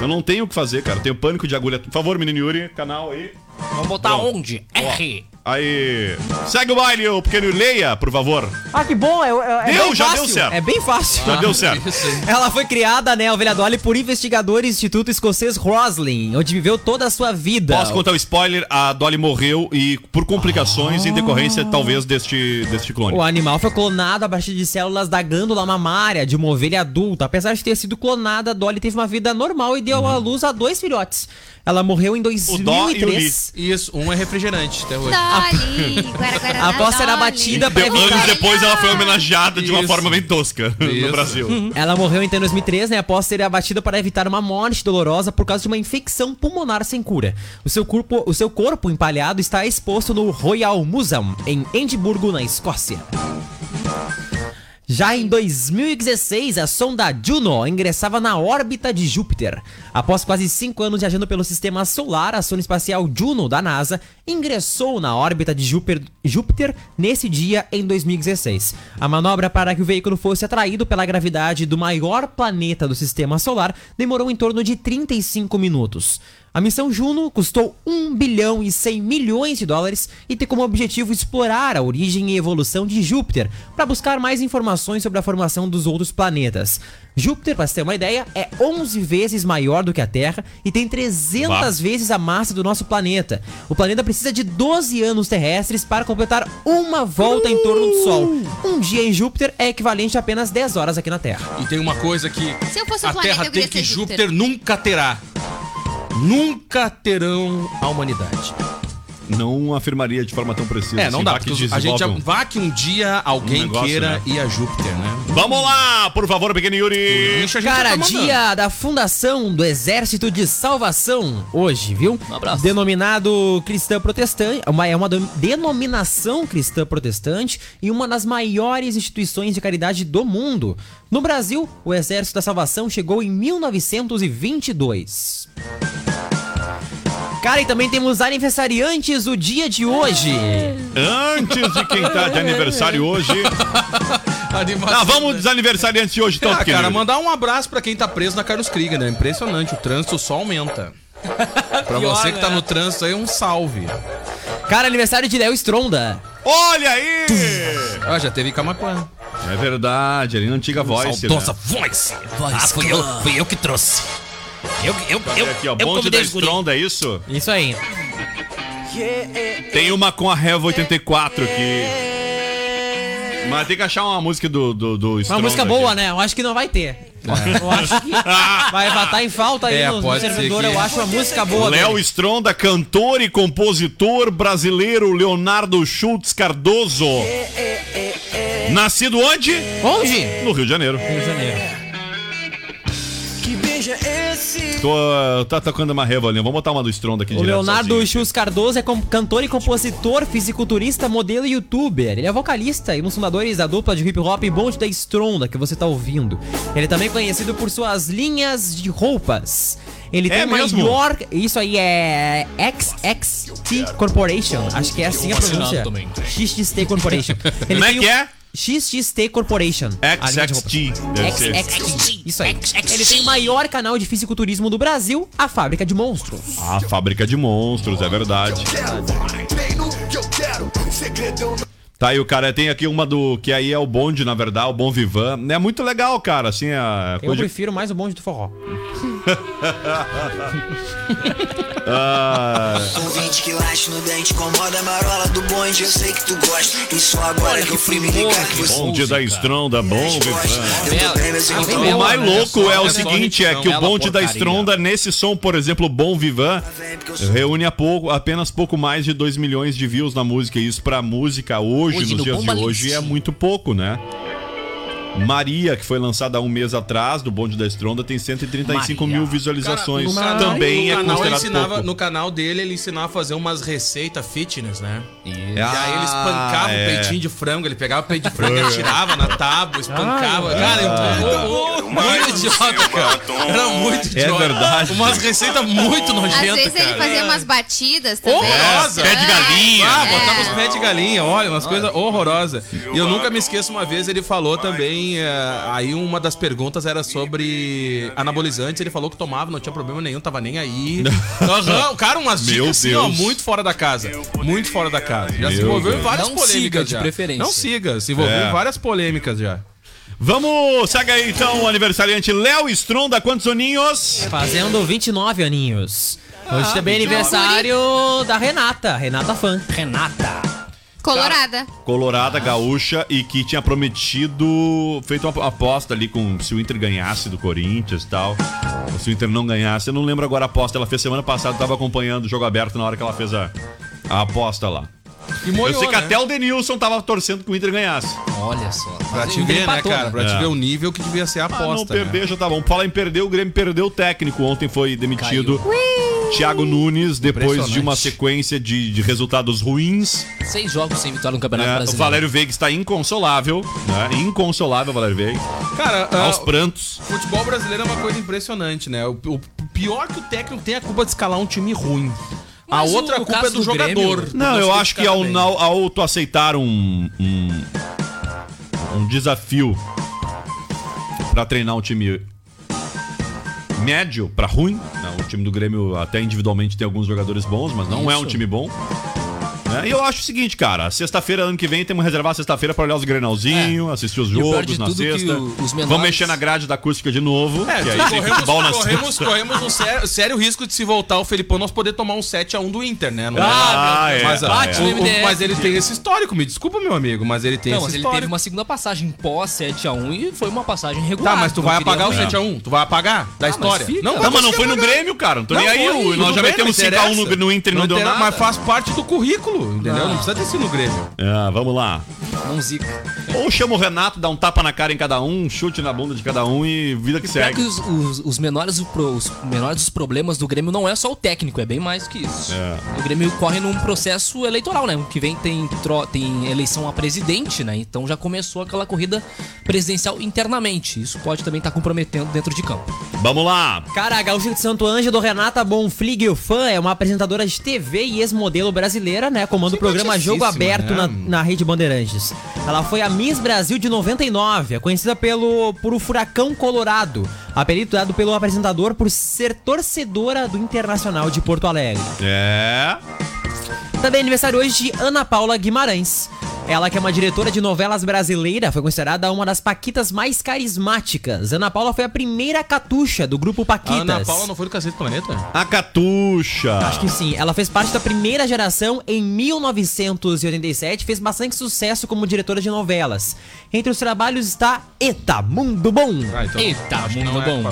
Speaker 5: Eu não tenho o que fazer, cara. Eu tenho pânico de agulha. Por favor, menino Yuri, canal aí.
Speaker 7: Vamos botar
Speaker 5: Pronto.
Speaker 7: onde? R.
Speaker 5: Aí. Segue o baile, o pequeno leia, por favor.
Speaker 11: Ah, que bom! Eu, eu- é-
Speaker 5: Deu,
Speaker 8: bem
Speaker 5: já
Speaker 8: fácil,
Speaker 5: deu certo.
Speaker 8: É bem fácil.
Speaker 6: Ah,
Speaker 5: Já deu certo.
Speaker 6: é
Speaker 8: Ela foi criada, né, ovelha Dolly, por investigadores do Instituto Escocês Roslin, onde viveu toda a sua vida.
Speaker 5: Posso contar o spoiler? A Dolly morreu e por complicações
Speaker 6: Ah.
Speaker 5: em decorrência, talvez, deste, deste clone.
Speaker 8: O animal foi clonado a partir de células da glândula mamária de uma ovelha adulta. Apesar de ter sido clonada, Dolly teve uma vida normal e deu à luz a dois filhotes. Ela morreu em
Speaker 5: Dó e Uhum. o
Speaker 8: 2003.
Speaker 6: Isso, um é refrigerante até hoje.
Speaker 9: Dolly, guara, guaraná,
Speaker 8: Após ser
Speaker 9: Dolly.
Speaker 8: abatida
Speaker 5: De-
Speaker 8: pra evitar
Speaker 5: anos depois ela foi homenageada de uma
Speaker 6: Isso.
Speaker 5: forma bem tosca no
Speaker 6: Isso.
Speaker 5: Brasil.
Speaker 8: Ela morreu então em 2003, né? Após ser abatida para evitar uma morte dolorosa por causa de uma infecção pulmonar sem cura. O seu corpo, o seu corpo empalhado está exposto no Royal Museum, em Edimburgo, na Escócia. Já em 2016, a sonda Juno ingressava na órbita de Júpiter. Após quase 5 anos viajando pelo sistema solar, a sonda espacial Juno da NASA ingressou na órbita de Júpiter, Júpiter nesse dia em 2016. A manobra para que o veículo fosse atraído pela gravidade do maior planeta do sistema solar demorou em torno de 35 minutos. A missão Juno custou 1 bilhão e 100 milhões de dólares e tem como objetivo explorar a origem e evolução de Júpiter para buscar mais informações sobre a formação dos outros planetas. Júpiter, para você ter uma ideia, é 11 vezes maior do que a Terra e tem 300
Speaker 5: Bah.
Speaker 8: vezes a massa do nosso planeta. O planeta precisa de 12 anos terrestres para completar uma volta em torno do Sol. Um dia em Júpiter é equivalente a apenas 10 horas aqui na Terra.
Speaker 6: E tem uma coisa que
Speaker 9: Se eu fosse um
Speaker 6: a
Speaker 9: planeta,
Speaker 6: Terra
Speaker 9: eu
Speaker 6: tem
Speaker 9: queria
Speaker 6: que
Speaker 9: ser
Speaker 6: Júpiter nunca terá. Nunca terão a humanidade.
Speaker 5: Não afirmaria de forma tão precisa.
Speaker 6: É, não
Speaker 5: assim,
Speaker 6: dá.
Speaker 5: vá que
Speaker 6: porque a
Speaker 5: desenvolve
Speaker 6: gente
Speaker 5: um-
Speaker 6: vá que um dia alguém
Speaker 5: Um negócio,
Speaker 6: queira
Speaker 5: né?
Speaker 6: ir a Júpiter, né?
Speaker 5: Vamos lá, por favor, pequeno Yuri.
Speaker 6: Isso a gente
Speaker 8: Cara,
Speaker 6: tá mandando.
Speaker 8: dia da fundação do Exército de Salvação hoje, viu?
Speaker 7: Um abraço.
Speaker 8: Denominado cristã protestante, uma, é uma do- denominação cristã protestante e uma das maiores instituições de caridade do mundo. No Brasil, o Exército da Salvação chegou em 1922. Cara, e também temos aniversariantes o dia de hoje.
Speaker 5: Antes de quem tá de aniversário hoje.
Speaker 6: Animação,
Speaker 5: Ah, vamos
Speaker 6: né?
Speaker 5: dos aniversariantes de hoje, então,
Speaker 6: Ah,
Speaker 5: pequeno.
Speaker 6: cara,
Speaker 5: Yuri.
Speaker 6: mandar um abraço pra quem tá preso na Carlos Krieger, né? Impressionante, o trânsito só aumenta. Pra
Speaker 7: Pior,
Speaker 6: você que tá
Speaker 7: né?
Speaker 6: no trânsito aí, um salve.
Speaker 8: Cara, aniversário de Léo Stronda.
Speaker 5: Olha aí!
Speaker 6: Ah, já teve Camacuã.
Speaker 5: É verdade, ali na antiga voice. Né?
Speaker 7: Saudosa voz. Ah, fui eu, fui eu que trouxe. Eu, eu, eu,
Speaker 5: Olha aqui, ó,
Speaker 7: eu
Speaker 5: bonde da
Speaker 7: convidei os guri.
Speaker 5: estronda, é isso?
Speaker 8: Isso aí.
Speaker 5: Tem uma com a Revo 84 aqui. Mas tem que achar uma música do, do, do
Speaker 8: Uma
Speaker 5: Stronda
Speaker 8: música
Speaker 5: aqui. É.
Speaker 8: boa, né? Eu acho que não vai ter. Eu acho que vai batar em falta aí
Speaker 6: É,
Speaker 8: no, no
Speaker 6: pode ser
Speaker 8: servidor.
Speaker 6: que-
Speaker 8: Eu acho uma música boa.
Speaker 5: Léo
Speaker 8: dele.
Speaker 5: Stronda, cantor e compositor brasileiro Leonardo Schultz Cardoso. Nascido onde?
Speaker 8: Onde?
Speaker 5: No Rio de Janeiro.
Speaker 8: Rio de Janeiro.
Speaker 5: Tô, tá tocando uma reva ali. Vamos botar uma do Stronda aqui
Speaker 8: O
Speaker 5: direto
Speaker 8: Leonardo
Speaker 5: sozinho.
Speaker 8: Chus Cardoso é com- cantor e compositor, fisiculturista, modelo e youtuber. Ele é vocalista e um dos fundadores da dupla de hip hop Bonde da Stronda, que você tá ouvindo. Ele é também conhecido por suas linhas de roupas. Ele
Speaker 5: É
Speaker 8: tem uma
Speaker 5: mesmo?
Speaker 8: maior. Isso aí é XXT Corporation. Acho que é assim a pronúncia.
Speaker 7: também.
Speaker 8: XXT Corporation. Ele
Speaker 5: Como é
Speaker 8: tem
Speaker 5: que
Speaker 8: um-
Speaker 5: é?
Speaker 8: XXT Corporation. a linha de roupas.
Speaker 5: XXT. Deve ser.
Speaker 8: XXT. Isso aí. Ele tem o maior canal de fisiculturismo do Brasil, a Fábrica de Monstros.
Speaker 5: A fábrica de monstros, é verdade. Tá, aí o cara tem aqui uma do. Que aí é o bonde, na verdade, o Bom Vivan. É muito legal, cara, assim, a
Speaker 8: Eu
Speaker 5: coisa.
Speaker 8: prefiro mais o bonde do forró.
Speaker 5: Ah,
Speaker 11: dente que late no dente, incomoda a marola do bonde. Eu sei que tu gosta, e só agora que eu fui me ligar que você
Speaker 5: Bonde da Estronda, bonde.
Speaker 11: Eu tô bem, mas eu tô
Speaker 5: O mais louco é o seguinte, é que o bonde da Estronda, nesse som, por exemplo, Bom Vivan, reúne a pouco, apenas pouco mais de 2 milhões de views na música. E isso pra música hoje,
Speaker 12: Hoje,
Speaker 5: nos
Speaker 12: no
Speaker 5: dias de
Speaker 12: Bomba
Speaker 5: hoje,
Speaker 12: List.
Speaker 5: é muito pouco, né? Maria, que foi lançada há um mês atrás, do Bonde da Estronda, tem 135 mil visualizações.
Speaker 6: Cara, no
Speaker 5: Também é
Speaker 6: canal ele
Speaker 5: considerado
Speaker 6: ensinava-
Speaker 5: pouco.
Speaker 6: No canal dele, ele ensinava a fazer umas receitas fitness, né? E aí ele
Speaker 5: Ah,
Speaker 6: espancava
Speaker 5: é.
Speaker 6: o peitinho de frango, ele pegava o peito de frango, ele tirava na tábua, espancava.
Speaker 5: Ah,
Speaker 6: cara,
Speaker 5: ah.
Speaker 6: eu- eu- eu- muito idiota, cara. Era muito
Speaker 5: É
Speaker 6: idiota.
Speaker 5: verdade. É.
Speaker 6: Umas receitas muito
Speaker 9: Às
Speaker 6: nojentas,
Speaker 9: vezes ele
Speaker 6: cara. É.
Speaker 9: fazia umas batidas também.
Speaker 6: Horrorosa.
Speaker 9: É.
Speaker 6: Ah, botava os pés de galinha, olha, umas coisas horrorosas. E eu nunca me esqueço, uma vez ele falou também, eh, aí uma das perguntas era sobre anabolizantes, ele falou que tomava, não tinha problema nenhum, tava nem aí. Aham, o cara, umas
Speaker 5: Meu
Speaker 6: dicas assim, ó,
Speaker 5: Deus.
Speaker 6: muito fora da casa. Muito fora da casa. Já se
Speaker 5: Meu
Speaker 6: envolveu em
Speaker 5: Deus.
Speaker 6: várias
Speaker 5: Não
Speaker 6: polêmicas
Speaker 5: siga, de
Speaker 6: já.
Speaker 5: preferência.
Speaker 6: Não siga, se envolveu
Speaker 5: É.
Speaker 6: em várias polêmicas já.
Speaker 5: Vamos, segue aí então o aniversariante Léo Stronda, quantos aninhos?
Speaker 8: Fazendo 29 aninhos. Hoje
Speaker 5: Ah,
Speaker 8: também é
Speaker 5: 29.
Speaker 8: aniversário da Renata, Renata fã. Renata.
Speaker 6: tá.
Speaker 9: Colorada.
Speaker 5: Colorada, gaúcha e que tinha prometido, feito uma aposta ali com se o Inter ganhasse do Corinthians e tal. Ou se o Inter não ganhasse, eu não lembro agora a aposta. Ela fez semana passada, eu tava acompanhando o jogo aberto na hora que ela fez a, a aposta lá.
Speaker 6: E molhou,
Speaker 5: eu sei que
Speaker 6: né?
Speaker 5: até o Denilson tava torcendo que o Inter ganhasse.
Speaker 7: Olha só. um
Speaker 6: Pra te ver, né, cara? Pra te ver
Speaker 5: nível.
Speaker 6: o nível que devia ser a aposta.
Speaker 5: É. Ah, não
Speaker 6: né?
Speaker 5: perder já tá bom. Falar em perder, o Grêmio perdeu o técnico. Ontem foi demitido. Thiago Nunes, depois de
Speaker 7: Impressionante.
Speaker 5: uma sequência de, de resultados ruins.
Speaker 7: Seis jogos sem vitória no Campeonato
Speaker 5: né? O
Speaker 7: Brasileiro.
Speaker 5: Valério Veiga está inconsolável. Né? Inconsolável, Valério Veiga.
Speaker 6: Cara, ah,
Speaker 5: aos prantos.
Speaker 6: Futebol brasileiro é uma coisa impressionante, né? O, o pior que o técnico tem é a culpa de escalar um time ruim. A
Speaker 7: Mas o-
Speaker 6: outra
Speaker 7: no
Speaker 6: culpa é
Speaker 7: caso
Speaker 6: do,
Speaker 7: do
Speaker 6: jogador.
Speaker 7: Grêmio,
Speaker 6: Tu
Speaker 5: Não,
Speaker 6: gosta
Speaker 5: eu
Speaker 6: de
Speaker 5: acho que
Speaker 6: cara
Speaker 5: ao,
Speaker 6: bem.
Speaker 5: na- ao tu aceitar um, um, um desafio pra treinar um time médio pra ruim, né? o time do Grêmio até individualmente tem alguns jogadores bons, mas não é um
Speaker 12: Isso.
Speaker 5: time bom. né? E eu acho o seguinte, cara, sexta-feira, ano que vem, temos que reservar sexta-feira pra olhar os Grenalzinho, assistir os
Speaker 7: É. E o pior de
Speaker 5: jogos na
Speaker 7: tudo que
Speaker 5: sexta.
Speaker 7: o- os
Speaker 5: Vamos
Speaker 7: menores-
Speaker 5: mexer na grade da acústica de novo.
Speaker 6: É,
Speaker 5: que aí tem
Speaker 6: corremos,
Speaker 5: futebol na
Speaker 6: corremos,
Speaker 5: sexta.
Speaker 6: corremos um sério, sério risco de se voltar o Felipão nós poder tomar um 7x1 do Inter, né? Não
Speaker 5: Ah,
Speaker 6: é.
Speaker 5: é.
Speaker 6: Mas,
Speaker 5: Bate
Speaker 6: o-
Speaker 5: no
Speaker 6: o-
Speaker 5: MDF.
Speaker 6: mas ele tem esse histórico, me desculpa, meu amigo, mas ele tem
Speaker 7: Não,
Speaker 6: esse
Speaker 7: mas ele
Speaker 6: histórico.
Speaker 7: teve uma segunda passagem pós 7x1 e foi uma passagem regular.
Speaker 6: Tá, mas tu
Speaker 7: não
Speaker 6: vai
Speaker 7: queria
Speaker 6: apagar o
Speaker 7: ruim.
Speaker 6: 7x1? Tu vai apagar da história?
Speaker 7: fica.
Speaker 6: vai
Speaker 5: Não, Ah, mas não
Speaker 6: conseguir
Speaker 5: foi no
Speaker 6: apagar.
Speaker 5: Grêmio, cara. Não tô nem aí.
Speaker 6: foi.
Speaker 5: Nós
Speaker 6: Tudo
Speaker 5: já
Speaker 6: bem,
Speaker 5: metemos
Speaker 6: não
Speaker 5: 5x1 no-
Speaker 6: interessa.
Speaker 5: no Inter e não deu
Speaker 6: interessa,
Speaker 5: nada.
Speaker 6: Mas faz parte do currículo, entendeu? Não precisa ter sido no Grêmio.
Speaker 5: Ah, vamos lá.
Speaker 7: Não zica.
Speaker 5: Ou chama o Renato, dá um tapa na cara em cada um, um chute na bunda de cada um e vida que
Speaker 7: Será que
Speaker 5: segue.
Speaker 7: os, os- os menores, o pro- os menores dos problemas do Grêmio não é só o técnico, é bem mais que isso. O Grêmio corre num processo eleitoral, né? Que vem tem, tro- tem eleição a presidente, né? Então já começou aquela corrida presidencial internamente. Isso pode também estar comprometendo dentro de campo.
Speaker 5: Vamos lá!
Speaker 8: Cara, a gaúcha de Santo Ângelo, Renata Bonfligel Fã, é uma apresentadora de TV e ex-modelo brasileira, né? Comanda o programa Jogo Aberto na,
Speaker 5: né?
Speaker 8: na Rede Bandeirantes. Ela foi a Miss Brasil de 99, é conhecida pelo, por o Furacão Colorado, apelido dado pelo apresentador por ser torcedora do Internacional de Porto Alegre.
Speaker 5: É.
Speaker 8: Também é aniversário hoje de Ana Paula Guimarães. Ela que é uma diretora de novelas brasileira, foi considerada uma das paquitas mais carismáticas. Ana Paula foi a primeira catuxa do grupo
Speaker 6: A
Speaker 8: Paquitas.
Speaker 6: Ana Paula não foi do Cacete do Planeta?
Speaker 5: A Catuxa.
Speaker 8: Acho que sim. Ela fez parte da primeira geração em 1987, fez bastante sucesso como diretora de novelas. Entre os trabalhos está Eta Mundo Bom.
Speaker 7: Eita, mundo bom.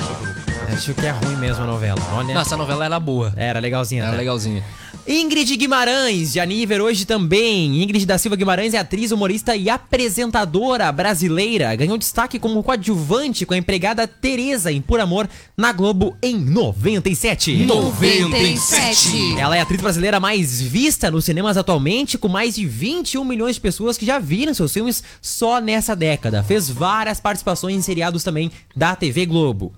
Speaker 8: Acho que é ruim mesmo a novela. Olha.
Speaker 7: Nossa, a novela era boa.
Speaker 8: Era legalzinha.
Speaker 7: Era
Speaker 8: né?
Speaker 7: legalzinha.
Speaker 8: Ingrid Guimarães, de Aníver hoje também. Ingrid da Silva Guimarães é atriz, humorista e apresentadora brasileira. Ganhou destaque como coadjuvante com a empregada Tereza em Por Amor na Globo em 97.
Speaker 9: 97.
Speaker 8: Ela é a atriz brasileira mais vista nos cinemas atualmente, com mais de 21 milhões de pessoas que já viram seus filmes só nessa década. Fez várias participações em seriados também da TV Globo.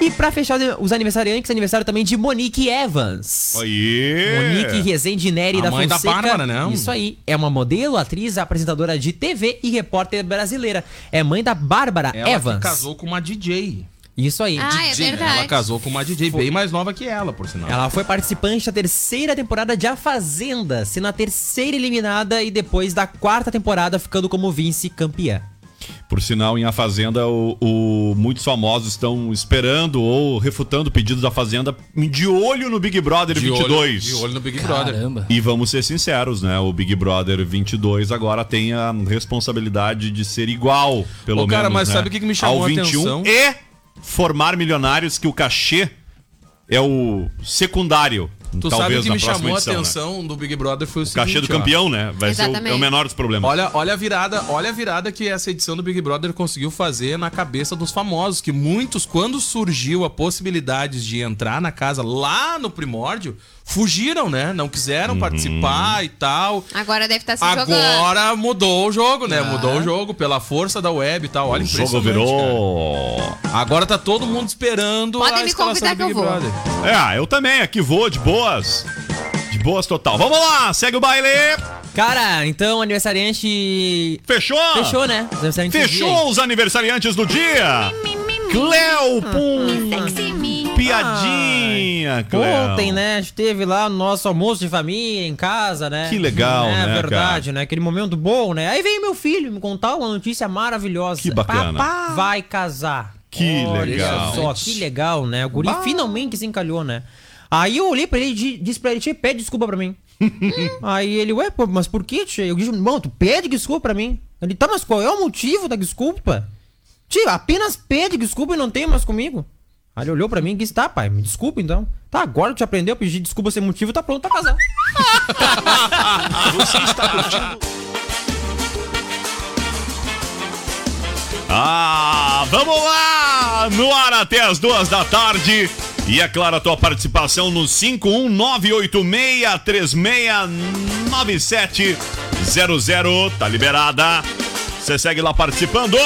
Speaker 8: E pra fechar os aniversariantes, aniversário também de Monique Evans.
Speaker 5: Aí.
Speaker 8: Monique Rezende Neri
Speaker 6: A
Speaker 8: da
Speaker 6: mãe da
Speaker 8: Fonseca.
Speaker 6: Bárbara, né?
Speaker 8: Isso aí. É uma modelo, atriz, apresentadora de TV e repórter brasileira. É mãe da Bárbara
Speaker 6: Ela que
Speaker 8: Evans.
Speaker 6: casou com uma DJ.
Speaker 8: Isso aí.
Speaker 9: Ah, é
Speaker 6: né? Ela
Speaker 9: verdade.
Speaker 6: casou com uma DJ bem mais nova que ela, por sinal.
Speaker 8: Ela foi participante da terceira temporada de A Fazenda, sendo a terceira eliminada e depois da quarta temporada ficando como vice-campeã.
Speaker 5: Por sinal, em A Fazenda, o, o- muitos famosos estão esperando ou refutando o pedido da Fazenda de olho no Big Brother
Speaker 6: De olho-
Speaker 5: 22.
Speaker 6: de olho no Big Brother.
Speaker 7: Caramba.
Speaker 5: E vamos ser sinceros, né? O Big Brother 22 agora tem a responsabilidade de ser igual, pelo
Speaker 6: Ô,
Speaker 5: menos.
Speaker 6: cara, mas
Speaker 5: né,
Speaker 6: sabe o que que me chamou
Speaker 5: ao
Speaker 6: a
Speaker 5: 21
Speaker 6: atenção?
Speaker 5: E formar milionários que o cachê é o secundário.
Speaker 6: Tu sabe
Speaker 5: talvez,
Speaker 6: o que
Speaker 5: na
Speaker 6: me
Speaker 5: próxima
Speaker 6: chamou
Speaker 5: edição,
Speaker 6: a
Speaker 5: né?
Speaker 6: atenção do Big Brother foi o,
Speaker 5: O cachê do campeão, né? Vai ser o- é o
Speaker 9: Exatamente.
Speaker 5: menor dos problemas.
Speaker 6: Olha, olha a virada, olha a virada que essa edição do Big Brother conseguiu fazer na cabeça dos famosos, que muitos quando surgiu a possibilidade de entrar na casa lá no primórdio, fugiram, né? Não
Speaker 5: Uhum.
Speaker 6: quiseram participar e tal.
Speaker 9: Agora deve estar se jogando.
Speaker 6: Agora mudou o jogo, né? Mudou o jogo pela força da web e tal. Olha,
Speaker 5: o jogo
Speaker 6: impressionante,
Speaker 5: virou.
Speaker 6: cara. Agora tá todo mundo esperando
Speaker 9: Podem
Speaker 6: a
Speaker 9: me
Speaker 6: escalação
Speaker 9: convidar
Speaker 6: do Big
Speaker 9: que eu vou.
Speaker 6: Brother.
Speaker 5: É, eu também, aqui vou, de boas. De boas total. Vamos lá, segue o baile.
Speaker 8: Cara, então aniversariante.
Speaker 5: Fechou?
Speaker 8: Fechou, né? Os aniversariantes do dia, hein?
Speaker 5: Ah, Fechou os aniversariantes do dia. Cleo, pum,
Speaker 9: Sexy me.
Speaker 5: piadinha, Cleo.
Speaker 8: Ontem, né, a gente teve lá o nosso almoço de família em casa, né?
Speaker 5: Que legal,
Speaker 8: é,
Speaker 5: né,
Speaker 8: É verdade, né? Aquele momento bom, né? Aí veio meu filho me contar uma notícia maravilhosa.
Speaker 5: Que bacana.
Speaker 8: Papai vai casar.
Speaker 5: Que
Speaker 8: Olha
Speaker 5: legal.
Speaker 8: só, que legal, né? O guri finalmente se encalhou, né? Aí eu olhei pra ele e di- disse pra ele, tchê, pede desculpa pra mim. Aí ele, ué, pô, mas por que, tchê? Eu disse, irmão, tu pede desculpa pra mim. Ele, tá, mas qual é o motivo da desculpa? Tio, apenas pede desculpa e não tem mais comigo. Aí ele olhou pra mim e disse, tá, pai, me desculpa então. Tá, agora tu já aprendeu a pedir desculpa sem motivo, tá pronto pra casar.
Speaker 5: Ah, vamos lá! No ar até as duas da tarde. E é claro, a tua participação no um 51986369700. Tá liberada. Você segue lá participando.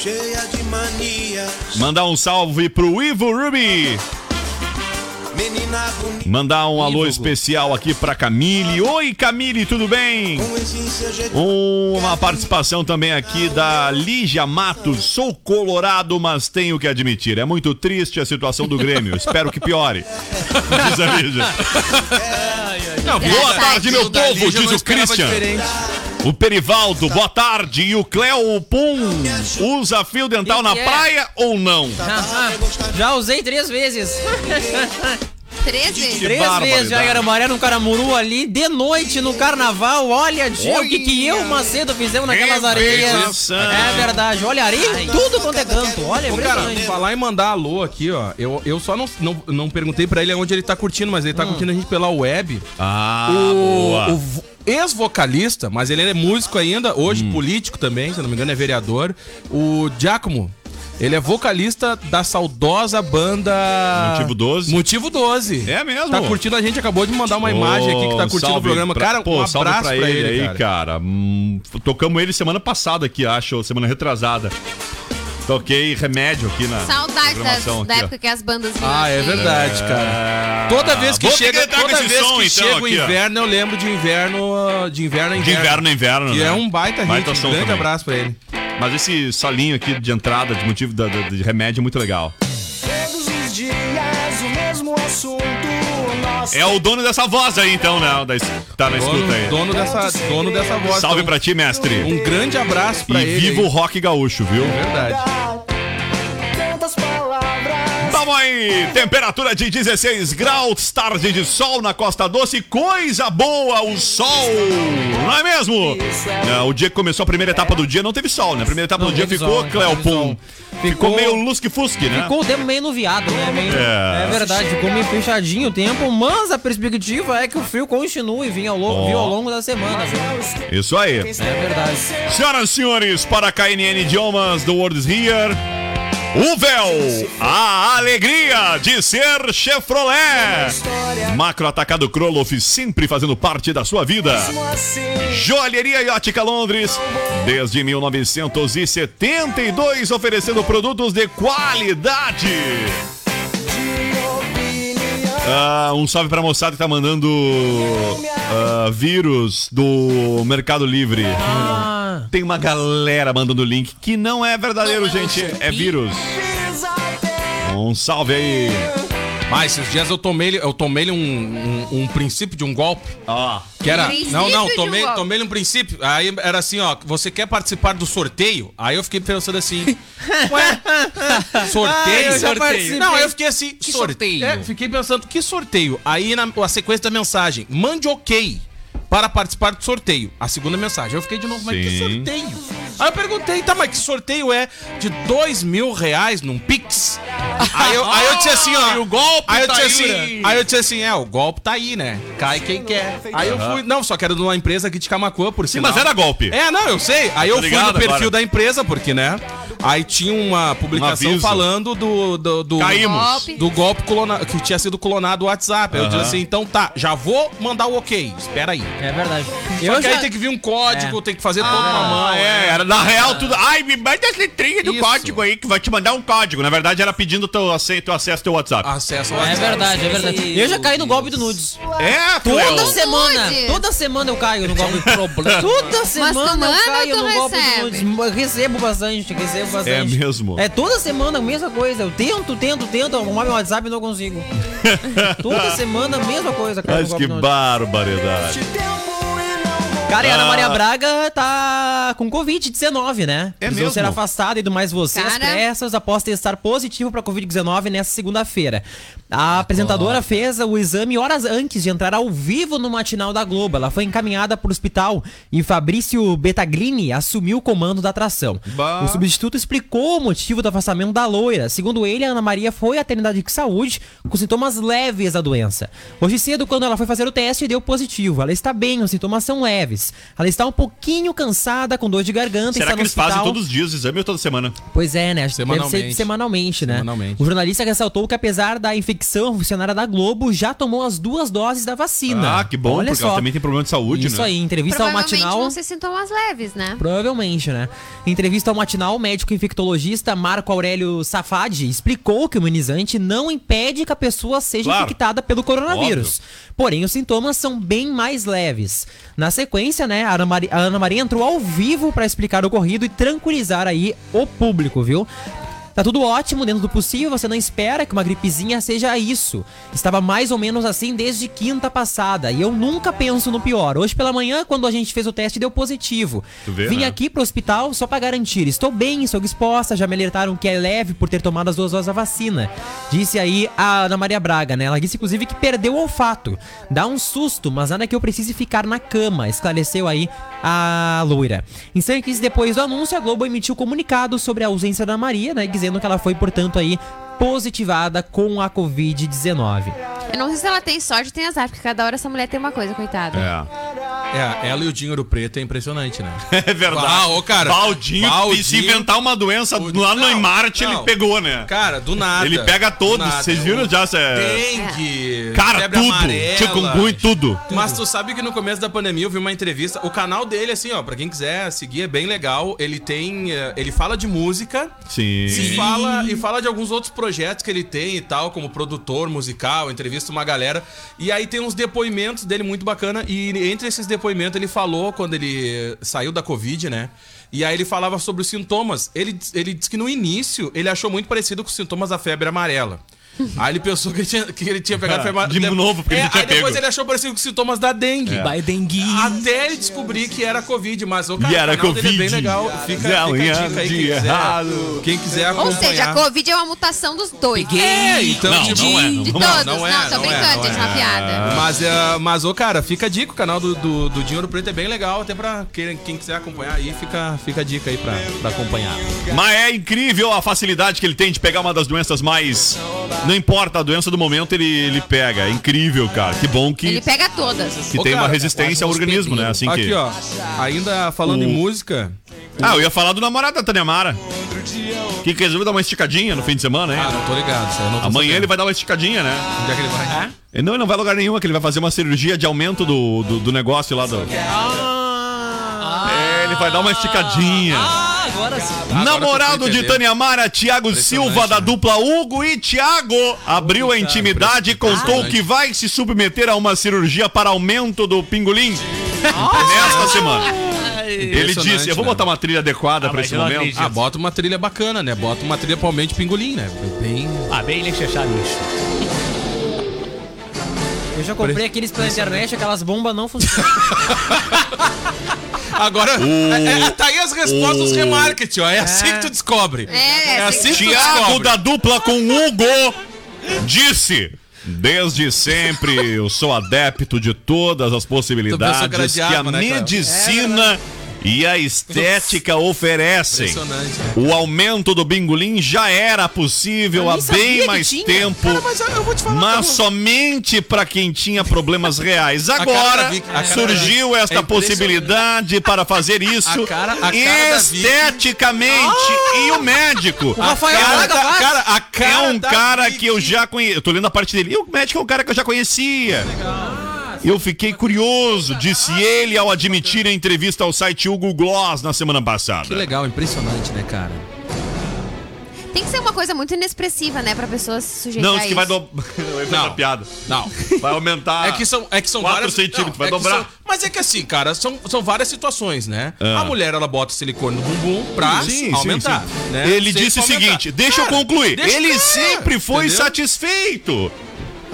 Speaker 11: Cheia de mania,
Speaker 5: Mandar um salve pro Ivo Ruby.
Speaker 11: menina bonita,
Speaker 5: Mandar um alô especial aqui pra Camille. Oi, Camille, tudo bem?
Speaker 11: com exigência jeito.
Speaker 5: Uma participação também aqui da Lígia Matos. Sou colorado, mas tenho que admitir. É muito triste a situação do Grêmio. Espero que piore. Diz a Lígia. Boa tarde, meu
Speaker 6: Da
Speaker 5: povo,
Speaker 6: Lígia eu
Speaker 5: diz
Speaker 6: não
Speaker 5: o
Speaker 6: esperava
Speaker 5: Christian.
Speaker 6: diferente.
Speaker 5: O Perivaldo, boa tarde. E o Cleo Pum usa fio dental na
Speaker 8: Que que é?
Speaker 5: praia ou não?
Speaker 8: Ah, já usei três vezes.
Speaker 9: 13?
Speaker 8: Três vezes já em Aramaré, no Caramuru ali, de noite no carnaval. Olha, tio, o que, que eu, Macedo, fizemos naquelas
Speaker 5: Que
Speaker 8: areias.
Speaker 5: sensação.
Speaker 8: É verdade, olha, areia em tudo quanto é canto. Olha, é
Speaker 6: Ô, cara,
Speaker 8: impressionante.
Speaker 6: falar em mandar alô aqui, ó. Eu, eu só não, não, não perguntei pra ele onde ele tá curtindo, mas ele
Speaker 5: Hum.
Speaker 6: tá curtindo a gente pela web.
Speaker 5: Ah, boa.
Speaker 6: o, o vo- ex-vocalista, mas ele é músico ainda, hoje
Speaker 5: Hum.
Speaker 6: político também, se eu não me engano é vereador, o Giacomo. Ele é vocalista da saudosa banda...
Speaker 5: Motivo 12?
Speaker 6: Motivo 12.
Speaker 5: É mesmo?
Speaker 6: Tá curtindo a gente, acabou de mandar uma
Speaker 5: Ô,
Speaker 6: imagem aqui que tá curtindo o
Speaker 5: salve
Speaker 6: programa.
Speaker 5: pra-
Speaker 6: Cara,
Speaker 5: pô,
Speaker 6: um abraço
Speaker 5: salve
Speaker 6: pra, ele,
Speaker 5: aí,
Speaker 6: cara.
Speaker 5: cara. Hum, f- tocamos ele semana passada aqui, acho, ou semana retrasada. Toquei remédio aqui
Speaker 6: é?
Speaker 5: na.
Speaker 9: Saudade das,
Speaker 5: programação
Speaker 9: da
Speaker 5: aqui, É, ó.
Speaker 9: época que as bandas vinham.
Speaker 6: Ah, é
Speaker 9: assim.
Speaker 6: verdade, cara. Toda vez que
Speaker 5: vou ter
Speaker 6: chega,
Speaker 5: entrar com
Speaker 6: toda
Speaker 5: esse
Speaker 6: vez
Speaker 5: som,
Speaker 6: que
Speaker 5: então,
Speaker 6: chega o
Speaker 5: aqui, ó.
Speaker 6: inverno, eu lembro de inverno, uh, de inverno, a
Speaker 5: De inverno a inverno,
Speaker 6: Que
Speaker 5: né?
Speaker 6: é um baita,
Speaker 5: Baita
Speaker 6: hit,
Speaker 5: som
Speaker 6: um grande
Speaker 5: também.
Speaker 6: abraço pra ele.
Speaker 5: Mas esse salinho aqui de entrada, de motivo da- da- de remédio, é muito legal. É o dono dessa voz aí, então, né? O da es- Tá na
Speaker 6: Dono,
Speaker 5: escuta aí.
Speaker 6: dono dessa, dono dessa voz.
Speaker 5: Salve
Speaker 6: então,
Speaker 5: pra ti, mestre.
Speaker 6: Um grande abraço pra
Speaker 5: E
Speaker 6: ele.
Speaker 5: viva o
Speaker 6: aí. É
Speaker 5: rock gaúcho, viu?
Speaker 6: Verdade.
Speaker 5: Vamos aí, temperatura de 16 graus, tarde de sol na Costa Doce, coisa boa o sol, não é mesmo? É, o dia que começou a primeira etapa do dia não teve sol, né? A primeira etapa
Speaker 8: Não
Speaker 5: do dia
Speaker 8: teve
Speaker 5: ficou,
Speaker 8: sol, não teve
Speaker 5: Cleopum,
Speaker 8: sol.
Speaker 5: ficou
Speaker 8: Ficou-
Speaker 5: meio lusque-fusque, né?
Speaker 8: Ficou o tempo meio nuviado, né? Meio-
Speaker 5: É.
Speaker 8: É. verdade, ficou meio fechadinho o tempo, mas a perspectiva é que o frio continue e vinha ao, lo-
Speaker 5: Ó.
Speaker 8: viu ao longo da semana. viu?
Speaker 5: Isso aí.
Speaker 8: É verdade.
Speaker 5: Senhoras e senhores, para a KNN Idiomas do World is Here, o véu, a alegria de ser Chevrolet. Macro Atacado Kroloff sempre fazendo parte da sua vida.
Speaker 4: assim?
Speaker 5: Joalheria e Ótica Londres, desde 1972, oferecendo produtos de qualidade. Ah, um salve pra moçada que tá mandando ah, vírus do Mercado Livre. Tem uma galera mandando link que não é verdadeiro, gente. É vírus. Um salve aí
Speaker 6: Mas esses dias eu tomei, eu tomei um, um, um princípio de um golpe. Ó. Que era.
Speaker 9: Princípio
Speaker 6: Não, não,
Speaker 9: de um
Speaker 6: tomei,
Speaker 9: golpe.
Speaker 6: tomei um princípio. Aí era assim, ó. Você quer participar do sorteio? Aí eu fiquei pensando assim. Ué, sorteio?
Speaker 7: Ah, eu já
Speaker 6: Sorteio.
Speaker 7: participei.
Speaker 6: Não, eu fiquei assim.
Speaker 7: Que sorteio?
Speaker 6: É, fiquei pensando, que sorteio? Aí na a sequência da mensagem, mande ok para participar do sorteio. A segunda mensagem. Eu fiquei de novo, mas que
Speaker 5: Sim.
Speaker 6: sorteio? Aí eu perguntei, tá, mas que sorteio é de dois mil reais num Pix? Aí eu, aí eu disse assim, ó.
Speaker 5: E o golpe
Speaker 6: aí eu
Speaker 5: tá
Speaker 6: disse
Speaker 5: aí,
Speaker 6: assim,
Speaker 5: né?
Speaker 6: aí eu disse assim, é, o golpe tá aí, né? Cai quem quer. Aí eu fui, não, só que era de uma empresa aqui de Camacuã, por
Speaker 5: Sim,
Speaker 6: sinal.
Speaker 5: mas era golpe.
Speaker 6: É, não, eu sei. Aí eu
Speaker 5: Tô
Speaker 6: fui
Speaker 5: ligado
Speaker 6: no perfil
Speaker 5: agora.
Speaker 6: da empresa, porque, né? Aí tinha uma publicação
Speaker 5: aviso.
Speaker 6: falando do. do, do
Speaker 5: Caímos.
Speaker 9: Golpe.
Speaker 6: Do golpe colona- que tinha sido clonado o WhatsApp. Aí Eu
Speaker 5: Aham.
Speaker 6: disse assim, então tá, já vou mandar o ok. Espera aí.
Speaker 8: É verdade.
Speaker 6: Só
Speaker 8: Eu
Speaker 6: que
Speaker 8: já... É.
Speaker 6: aí tem que vir um código, tem que fazer toda uma mão.
Speaker 5: Ah, é, era na real tudo. Ai, me manda as letrinhas do
Speaker 6: Isso.
Speaker 5: código aí, que vai te mandar um código. Na verdade, era pedindo teu, ace- teu acesso ao teu WhatsApp.
Speaker 6: Acesso ao
Speaker 8: É
Speaker 6: WhatsApp.
Speaker 8: verdade, é verdade. Eu já caí no golpe do nudes.
Speaker 5: é, Cleo.
Speaker 8: Toda semana,
Speaker 9: nudes?
Speaker 8: toda semana eu caio no golpe.
Speaker 7: Problema.
Speaker 8: Toda semana
Speaker 9: manda
Speaker 8: eu
Speaker 9: ou
Speaker 8: caio
Speaker 9: tu
Speaker 8: no golpe
Speaker 9: recebe?
Speaker 8: do nudes. Eu Recebo bastante, recebo bastante.
Speaker 5: É mesmo?
Speaker 8: É toda semana a mesma coisa. Eu tento, tento, tento arrumar meu WhatsApp e não consigo. toda semana a mesma coisa, cara.
Speaker 5: Mas que barbaridade.
Speaker 8: Cara, e a Ana
Speaker 5: Ah.
Speaker 8: Maria Braga tá com Covid-19, né?
Speaker 5: É
Speaker 8: Precisou
Speaker 5: mesmo?
Speaker 8: ser afastada e do mais você às
Speaker 9: Cara.
Speaker 8: pressas após testar positivo pra Covid-19 nessa segunda-feira. A apresentadora fez o exame horas antes de entrar ao vivo no matinal da Globo. Ela foi encaminhada para o hospital e Fabrício Betaglini assumiu o comando da atração.
Speaker 5: Bah.
Speaker 8: O substituto explicou o motivo do afastamento da loira. Segundo ele, a Ana Maria foi à Trinidade de Saúde com sintomas leves da doença. Hoje cedo, quando ela foi fazer o teste, deu positivo. Ela está bem, os sintomas são leves. Ela está um pouquinho cansada, com dor de garganta, está
Speaker 5: Será
Speaker 8: no
Speaker 5: que eles
Speaker 8: hospital.
Speaker 5: fazem todos os dias o exame ou toda semana?
Speaker 8: Pois é, né? Acho que Deve ser
Speaker 6: Semanalmente.
Speaker 8: semanalmente, né?
Speaker 6: Semanalmente.
Speaker 8: O jornalista ressaltou que apesar da infecção, a funcionária da Globo já tomou as duas doses da vacina.
Speaker 5: Ah, que bom,
Speaker 8: Olha
Speaker 5: porque
Speaker 8: só.
Speaker 5: ela também tem problema de saúde,
Speaker 8: Isso
Speaker 5: né?
Speaker 8: aí, entrevista ao
Speaker 9: Provavelmente
Speaker 8: matinal.
Speaker 9: vão ser sintomas leves, né?
Speaker 8: Provavelmente, né? Em entrevista ao matinal, o médico infectologista Marco Aurélio Safadi explicou que o imunizante não impede que a pessoa seja
Speaker 5: Claro.
Speaker 8: infectada pelo coronavírus. Porém, os sintomas são bem mais leves. Na sequência, né, a Ana Maria, a Ana Maria entrou ao vivo para explicar o ocorrido e tranquilizar aí o público, viu? Tá tudo ótimo dentro do possível, você não espera que uma gripezinha seja isso. Estava mais ou menos assim desde quinta passada e eu nunca penso no pior. Hoje pela manhã, quando a gente fez o teste, deu positivo.
Speaker 5: Tu vê,
Speaker 8: Vim
Speaker 5: né?
Speaker 8: aqui pro hospital só pra garantir. Estou bem, estou disposta, já me alertaram que é leve por ter tomado as duas doses da vacina. Disse aí a Ana Maria Braga, né? Ela disse inclusive que perdeu o olfato. Dá um susto, mas nada que eu precise ficar na cama, esclareceu aí a loira. Em instantes depois do anúncio, a Globo emitiu comunicado sobre a ausência da Maria, né? Dizendo que ela foi, portanto, aí positivada com a Covid-19.
Speaker 9: Eu não sei se ela tem sorte ou tem azar, porque cada hora essa mulher tem uma coisa, coitada.
Speaker 5: É.
Speaker 6: É, ela e o Dinho Ouro Preto é impressionante, né?
Speaker 5: É verdade.
Speaker 6: Ah, ô, cara.
Speaker 5: Baldinho,
Speaker 6: Baldinho-
Speaker 5: se inventar uma doença
Speaker 6: O-
Speaker 5: lá no
Speaker 6: Não,
Speaker 5: Marte, ele
Speaker 6: não.
Speaker 5: pegou, né?
Speaker 6: Cara, do nada.
Speaker 5: Ele pega
Speaker 6: Do
Speaker 5: todos,
Speaker 6: nada.
Speaker 5: vocês viram já essa-
Speaker 6: Dengue.
Speaker 5: Cara,
Speaker 6: febre
Speaker 5: tudo.
Speaker 6: amarela.
Speaker 5: Chikungunya, tudo.
Speaker 6: Mas tu sabe que no começo da pandemia eu vi uma entrevista. O canal dele, assim, ó, pra quem quiser seguir, é bem legal. Ele tem. eh, Ele fala de música.
Speaker 5: Sim.
Speaker 6: E fala, e fala de alguns outros projetos que ele tem e tal, como produtor musical, entrevista uma galera. E aí tem uns depoimentos dele muito bacana. E entre esses depoimentos ele falou quando ele saiu da Covid, né? E aí ele falava sobre os sintomas. Ele, ele disse que no início ele achou muito parecido com os sintomas da febre amarela. Aí ele pensou que ele tinha, que ele tinha pegado
Speaker 5: Ah,
Speaker 6: febre
Speaker 5: de
Speaker 6: amarela.
Speaker 5: novo, porque
Speaker 6: é,
Speaker 5: ele não tinha
Speaker 6: Aí depois
Speaker 5: pego.
Speaker 6: ele achou parecido com os sintomas da É.
Speaker 8: É.
Speaker 6: dengue.
Speaker 7: Vai dengue.
Speaker 6: Até ele descobrir que era Covid, mas o cara,
Speaker 5: E era
Speaker 6: o canal dele
Speaker 5: Covid.
Speaker 6: é bem legal. Fica, fica a
Speaker 5: Não,
Speaker 6: dica aí,
Speaker 5: de
Speaker 6: quem quiser.
Speaker 5: errado.
Speaker 6: Quem quiser
Speaker 9: Ou
Speaker 6: acompanhar.
Speaker 9: seja, a Covid é uma mutação dos dois.
Speaker 6: É, então,
Speaker 5: Não,
Speaker 6: tipo,
Speaker 5: não é, não
Speaker 9: De
Speaker 5: é.
Speaker 6: não
Speaker 9: todos. Não,
Speaker 6: é,
Speaker 9: tô
Speaker 6: não é,
Speaker 9: brincando,
Speaker 6: não
Speaker 9: gente, na
Speaker 6: é.
Speaker 9: piada.
Speaker 6: Mas, é, mas, ô, cara, fica a dica. O canal do, do, do Dinheiro Preto é bem legal. Até pra quem, quem quiser acompanhar aí, fica, fica a dica aí pra, pra acompanhar.
Speaker 5: Mas é incrível a facilidade que ele tem de pegar uma das doenças mais. Não importa a doença do momento, ele, ele pega. É incrível, cara. Que bom que,
Speaker 9: Ele pega todas.
Speaker 5: que
Speaker 6: Ô,
Speaker 5: tem
Speaker 6: cara,
Speaker 5: uma resistência ao
Speaker 7: quase uns
Speaker 5: organismo, né?
Speaker 7: pelinhos.
Speaker 5: Assim
Speaker 6: Aqui,
Speaker 5: que.
Speaker 6: ó. Ainda falando em música.
Speaker 5: Ah, eu ia falar do namorado da Tânia Mara. Que resolveu dar uma esticadinha no fim de semana,
Speaker 6: Ah,
Speaker 5: hein?
Speaker 6: não tô ligado. isso aí eu não tô
Speaker 5: Amanhã ele
Speaker 6: sabendo.
Speaker 5: vai dar uma esticadinha, né?
Speaker 6: Onde é que ele vai?
Speaker 5: Ele Não, ele não vai a lugar nenhum, é que ele vai fazer uma cirurgia de aumento do, do, do negócio lá do. É, ele vai dar uma esticadinha.
Speaker 7: Ah, agora sim.
Speaker 6: Ah. Agora
Speaker 5: Namorado
Speaker 6: tu foi
Speaker 5: de
Speaker 6: entender.
Speaker 5: Tânia Mara, Thiago
Speaker 6: Impressionante,
Speaker 5: Silva, da
Speaker 6: né?
Speaker 5: dupla Hugo e Thiago, abriu a intimidade e contou que vai se submeter a uma cirurgia para aumento do pingolim nesta semana. Ele
Speaker 6: Impressionante,
Speaker 5: disse: Eu vou
Speaker 6: né?
Speaker 5: botar uma trilha adequada para
Speaker 1: mas
Speaker 5: esse
Speaker 1: eu não
Speaker 5: momento.
Speaker 1: acredito.
Speaker 6: Ah, bota uma trilha bacana, né? Bota uma trilha palmente pingolim, né? Bem.
Speaker 1: Ah, bem lixachado isso.
Speaker 8: Eu já comprei aqueles pela internet, aquelas bombas não funcionam.
Speaker 6: Agora, é, é, tá aí as respostas
Speaker 5: o-
Speaker 6: remarketing, ó. É, assim que tu descobre.
Speaker 9: É,
Speaker 6: assim que tu
Speaker 5: Tiago
Speaker 6: descobre.
Speaker 5: Ah, da dupla com Hugo disse. Desde sempre eu sou adepto de todas as
Speaker 6: Tu pensou que era
Speaker 5: possibilidades
Speaker 6: de
Speaker 5: que a
Speaker 6: arma, né, Cléo?
Speaker 5: medicina e a estética oferecem.
Speaker 6: Impressionante, né?
Speaker 5: O aumento do bingolim já era possível
Speaker 6: Eu
Speaker 5: há
Speaker 6: nem sabia
Speaker 5: bem
Speaker 6: que
Speaker 5: mais
Speaker 6: tinha.
Speaker 5: tempo,
Speaker 6: Cara, mas eu- eu vou te falar,
Speaker 5: mas
Speaker 6: eu-
Speaker 5: somente para quem tinha problemas reais.
Speaker 6: cara da
Speaker 5: Agora
Speaker 6: Vicky, a cara da
Speaker 5: surgiu
Speaker 6: Vicky. É
Speaker 5: esta
Speaker 6: impressionante.
Speaker 5: possibilidade para fazer isso
Speaker 6: A cara- a cara da Ah! Vicky.
Speaker 5: esteticamente e o médico.
Speaker 6: A
Speaker 8: Rafael
Speaker 6: cara
Speaker 8: Braga
Speaker 6: da-
Speaker 8: vai.
Speaker 6: cara, a cara
Speaker 5: É um
Speaker 6: da
Speaker 5: cara
Speaker 6: Vicky.
Speaker 5: que eu já conheço. Eu tô lendo a parte dele. E o médico é um cara que eu já conhecia. Eu fiquei curioso, disse ele ao admitir a entrevista ao site Hugo Gloss na semana
Speaker 6: Que
Speaker 5: passada.
Speaker 6: legal, impressionante, né, cara?
Speaker 9: Tem que ser uma coisa muito inexpressiva, né? Pra pessoa se sujeitar
Speaker 5: Não,
Speaker 9: a
Speaker 5: isso que vai
Speaker 9: isso.
Speaker 5: do... Eu ia fazer é uma piada.
Speaker 6: Não.
Speaker 5: Vai aumentar.
Speaker 6: É que são, é que são
Speaker 5: Quatro
Speaker 6: várias.
Speaker 5: centímetros, vai
Speaker 6: é que
Speaker 5: dobrar.
Speaker 6: são- mas é que assim, cara, são, são várias situações, né?
Speaker 5: Ah.
Speaker 6: A mulher, ela bota silicone no bumbum pra aumentar. né?
Speaker 5: Ele
Speaker 6: Sempre
Speaker 5: disse o
Speaker 6: aumentar.
Speaker 5: seguinte: deixa
Speaker 6: Cara,
Speaker 5: eu concluir.
Speaker 6: deixa-
Speaker 5: ele
Speaker 6: é,
Speaker 5: sempre foi Assim,
Speaker 6: entendeu?
Speaker 5: satisfeito.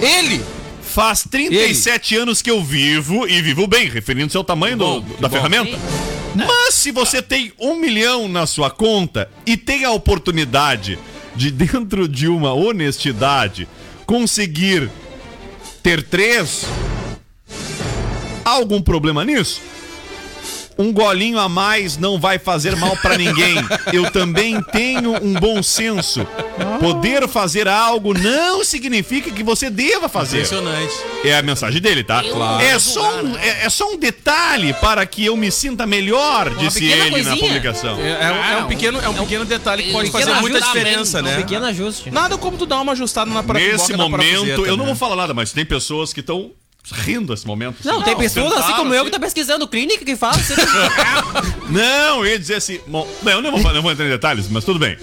Speaker 6: Ele!
Speaker 5: Faz 37 anos que eu vivo e vivo bem, referindo-se ao tamanho do-
Speaker 6: bom, que
Speaker 5: da
Speaker 6: bom.
Speaker 5: ferramenta. Mas se você tem um milhão na sua conta e tem a oportunidade de, dentro de uma honestidade, conseguir ter três, há algum problema nisso? Um golinho a mais não vai fazer mal pra ninguém. Eu também tenho um bom senso.
Speaker 6: Ah.
Speaker 5: Poder fazer algo não significa que você deva fazer.
Speaker 6: Impressionante.
Speaker 5: É a mensagem dele, tá?
Speaker 6: Claro.
Speaker 5: É, só um,
Speaker 7: né?
Speaker 5: é, é só um detalhe para que eu me sinta melhor, disse
Speaker 7: pequena
Speaker 5: ele na
Speaker 7: coisinha.
Speaker 5: publicação.
Speaker 6: É, é um- é um pequeno, é um pequeno detalhe que pode
Speaker 7: pequeno
Speaker 6: fazer muita
Speaker 7: ajuste,
Speaker 6: diferença,
Speaker 8: É
Speaker 6: né?
Speaker 8: um pequeno ajuste.
Speaker 6: Nada como tu dar uma ajustada na parafusa.
Speaker 5: Nesse momento, eu não
Speaker 6: né?
Speaker 5: vou falar nada, mas tem pessoas que estão rindo nesse momento.
Speaker 8: Não, tem pessoas assim como eu
Speaker 5: também.
Speaker 8: que tá pesquisando clínica que fala. sempre-
Speaker 5: Não, eu ia dizer assim. Bom, não, eu não vou, falar- não vou entrar em detalhes, mas tudo bem.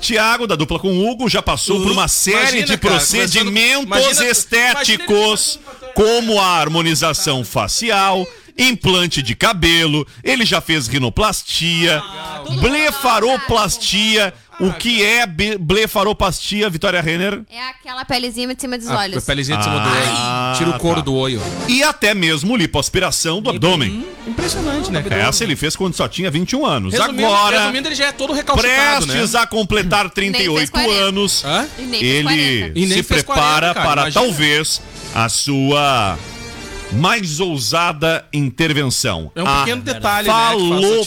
Speaker 5: Tiago, da dupla com Hugo, já passou por uma série
Speaker 6: imagina,
Speaker 5: de
Speaker 6: cara,
Speaker 5: procedimentos
Speaker 6: começando- imagina- tá
Speaker 5: estéticos, como a harmonização facial, implante de cabelo, ele já fez rinoplastia,
Speaker 6: Ah,
Speaker 5: blefaroplastia. O que é be- blefaroplastia, Vitória Renner?
Speaker 9: É aquela pelezinha de cima dos
Speaker 6: A
Speaker 9: olhos.
Speaker 6: Ah, pelezinha de cima do
Speaker 5: Ah,
Speaker 6: olho. Tira o couro
Speaker 5: tá.
Speaker 6: do olho.
Speaker 5: E até mesmo lipoaspiração do
Speaker 6: Hum.
Speaker 5: abdômen.
Speaker 6: Impressionante, né, cara?
Speaker 5: Essa ele fez quando só tinha 21 anos.
Speaker 6: Resumindo,
Speaker 5: Agora.
Speaker 6: resumindo, ele já é todo recalcitrado, né?
Speaker 5: Prestes a completar 38
Speaker 9: 40.
Speaker 5: anos,
Speaker 6: Hã?
Speaker 9: E nem fez 40.
Speaker 5: ele
Speaker 6: E nem
Speaker 5: se
Speaker 6: fez
Speaker 5: prepara
Speaker 6: 40, cara,
Speaker 5: para
Speaker 6: imagina.
Speaker 5: talvez a sua mais ousada intervenção. Ah,
Speaker 6: É um
Speaker 5: a
Speaker 6: pequeno detalhe, né, que faz a diferença na vida de um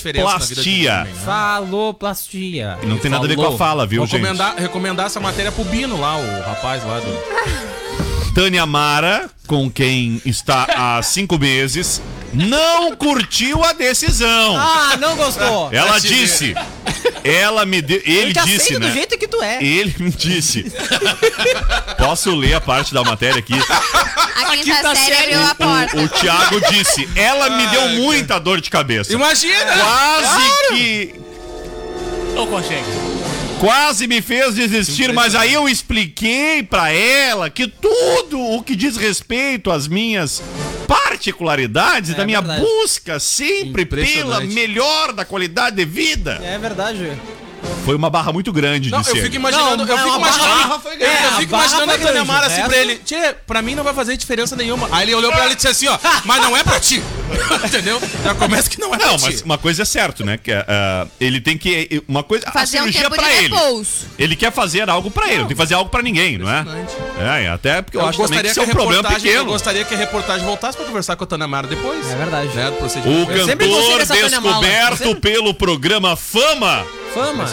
Speaker 5: faloplastia.
Speaker 6: homem, né?
Speaker 8: Faloplastia.
Speaker 5: não tem nada a ver com a
Speaker 6: Falou.
Speaker 5: fala, viu,
Speaker 6: Vou
Speaker 5: gente?
Speaker 6: Recomendar, recomendar essa matéria pro Bino lá, o rapaz lá do.
Speaker 5: Tânia Mara, com quem está há cinco meses, não curtiu a decisão.
Speaker 8: Ah, não gostou.
Speaker 5: Ela disse. Ela me deu. Ele
Speaker 8: Ele te
Speaker 5: disse,
Speaker 8: aceita
Speaker 5: né?
Speaker 8: do jeito que tu é.
Speaker 5: Ele me disse. Posso ler a parte da matéria aqui?
Speaker 9: A quinta
Speaker 6: tá
Speaker 9: série abriu
Speaker 6: um-
Speaker 9: a porta.
Speaker 5: O, o Thiago disse. Ela me deu muita dor de cabeça.
Speaker 6: Imagina! Ah!
Speaker 5: Quase que.
Speaker 7: Não consegue.
Speaker 5: Quase me fez desistir, mas aí eu expliquei pra ela que tudo o que diz respeito às minhas particularidades, da minha
Speaker 8: verdade.
Speaker 5: busca sempre pela
Speaker 6: Impressionante.
Speaker 5: melhor da qualidade de vida,
Speaker 8: É verdade.
Speaker 5: foi uma barra muito grande
Speaker 6: Não,
Speaker 5: disse
Speaker 6: eu
Speaker 5: ele.
Speaker 6: fico
Speaker 8: Não,
Speaker 6: imaginando. eu
Speaker 8: não,
Speaker 6: fico
Speaker 8: a barra
Speaker 6: imaginando.
Speaker 8: foi grande.
Speaker 6: É, eu
Speaker 8: A
Speaker 6: fico
Speaker 8: barra
Speaker 6: imaginando a
Speaker 8: foi
Speaker 6: Tânia
Speaker 8: grande,
Speaker 6: Mara
Speaker 8: o
Speaker 6: assim
Speaker 8: resto-
Speaker 6: pra ele. Tchê, pra mim não vai fazer diferença nenhuma. Aí ele olhou pra ela e disse assim, ó, mas não é pra ti. Entendeu? Já começa que não é pra
Speaker 5: Não,
Speaker 6: ti.
Speaker 5: mas uma coisa é certo, né? Que, ah, ele tem que. Uma coisa.
Speaker 9: Fazer
Speaker 5: a
Speaker 9: um
Speaker 5: cirurgia
Speaker 9: tempo
Speaker 5: pra
Speaker 9: de
Speaker 5: ele.
Speaker 9: repouso.
Speaker 5: Ele quer fazer algo pra ele, não tem que fazer algo pra ninguém, não é? É, até porque eu, acho também que isso é um problema
Speaker 6: reportagem- Eu
Speaker 5: pequeno.
Speaker 6: gostaria que a reportagem voltasse pra conversar com a Tânia Mara depois.
Speaker 8: É verdade.
Speaker 6: Né, do procedimento.
Speaker 5: O
Speaker 8: sempre gostei
Speaker 5: cantor
Speaker 8: dessa Tânia Mala.
Speaker 5: descoberto
Speaker 8: Sempre-
Speaker 5: pelo programa Fama
Speaker 8: Fama.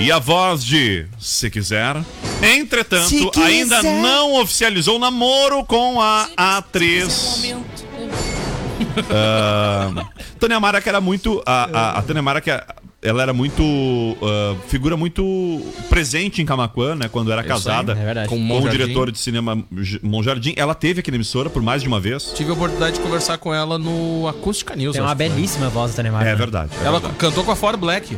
Speaker 5: e a voz de Se Quiser. Entretanto, ainda não oficializou o namoro com a
Speaker 7: é
Speaker 5: atriz.
Speaker 7: um
Speaker 5: Ah, Tânia Mara que era muito. A, a, a Tânia Mara que a- ela era muito. ah, figura muito presente em Camacuã, né? Quando era casada
Speaker 8: é verdade.
Speaker 5: com,
Speaker 6: Com o
Speaker 5: o
Speaker 6: Monjardim.
Speaker 5: diretor de cinema J- Monjardim. Ela teve aqui na emissora por mais de uma vez.
Speaker 6: Tive a oportunidade de conversar com ela no Acústica News.
Speaker 8: Tem
Speaker 6: eu
Speaker 8: uma
Speaker 6: acho que foi.
Speaker 8: belíssima voz da Tânia Mara.
Speaker 5: É verdade. é
Speaker 6: Ela
Speaker 5: verdade.
Speaker 6: cantou com a For Black.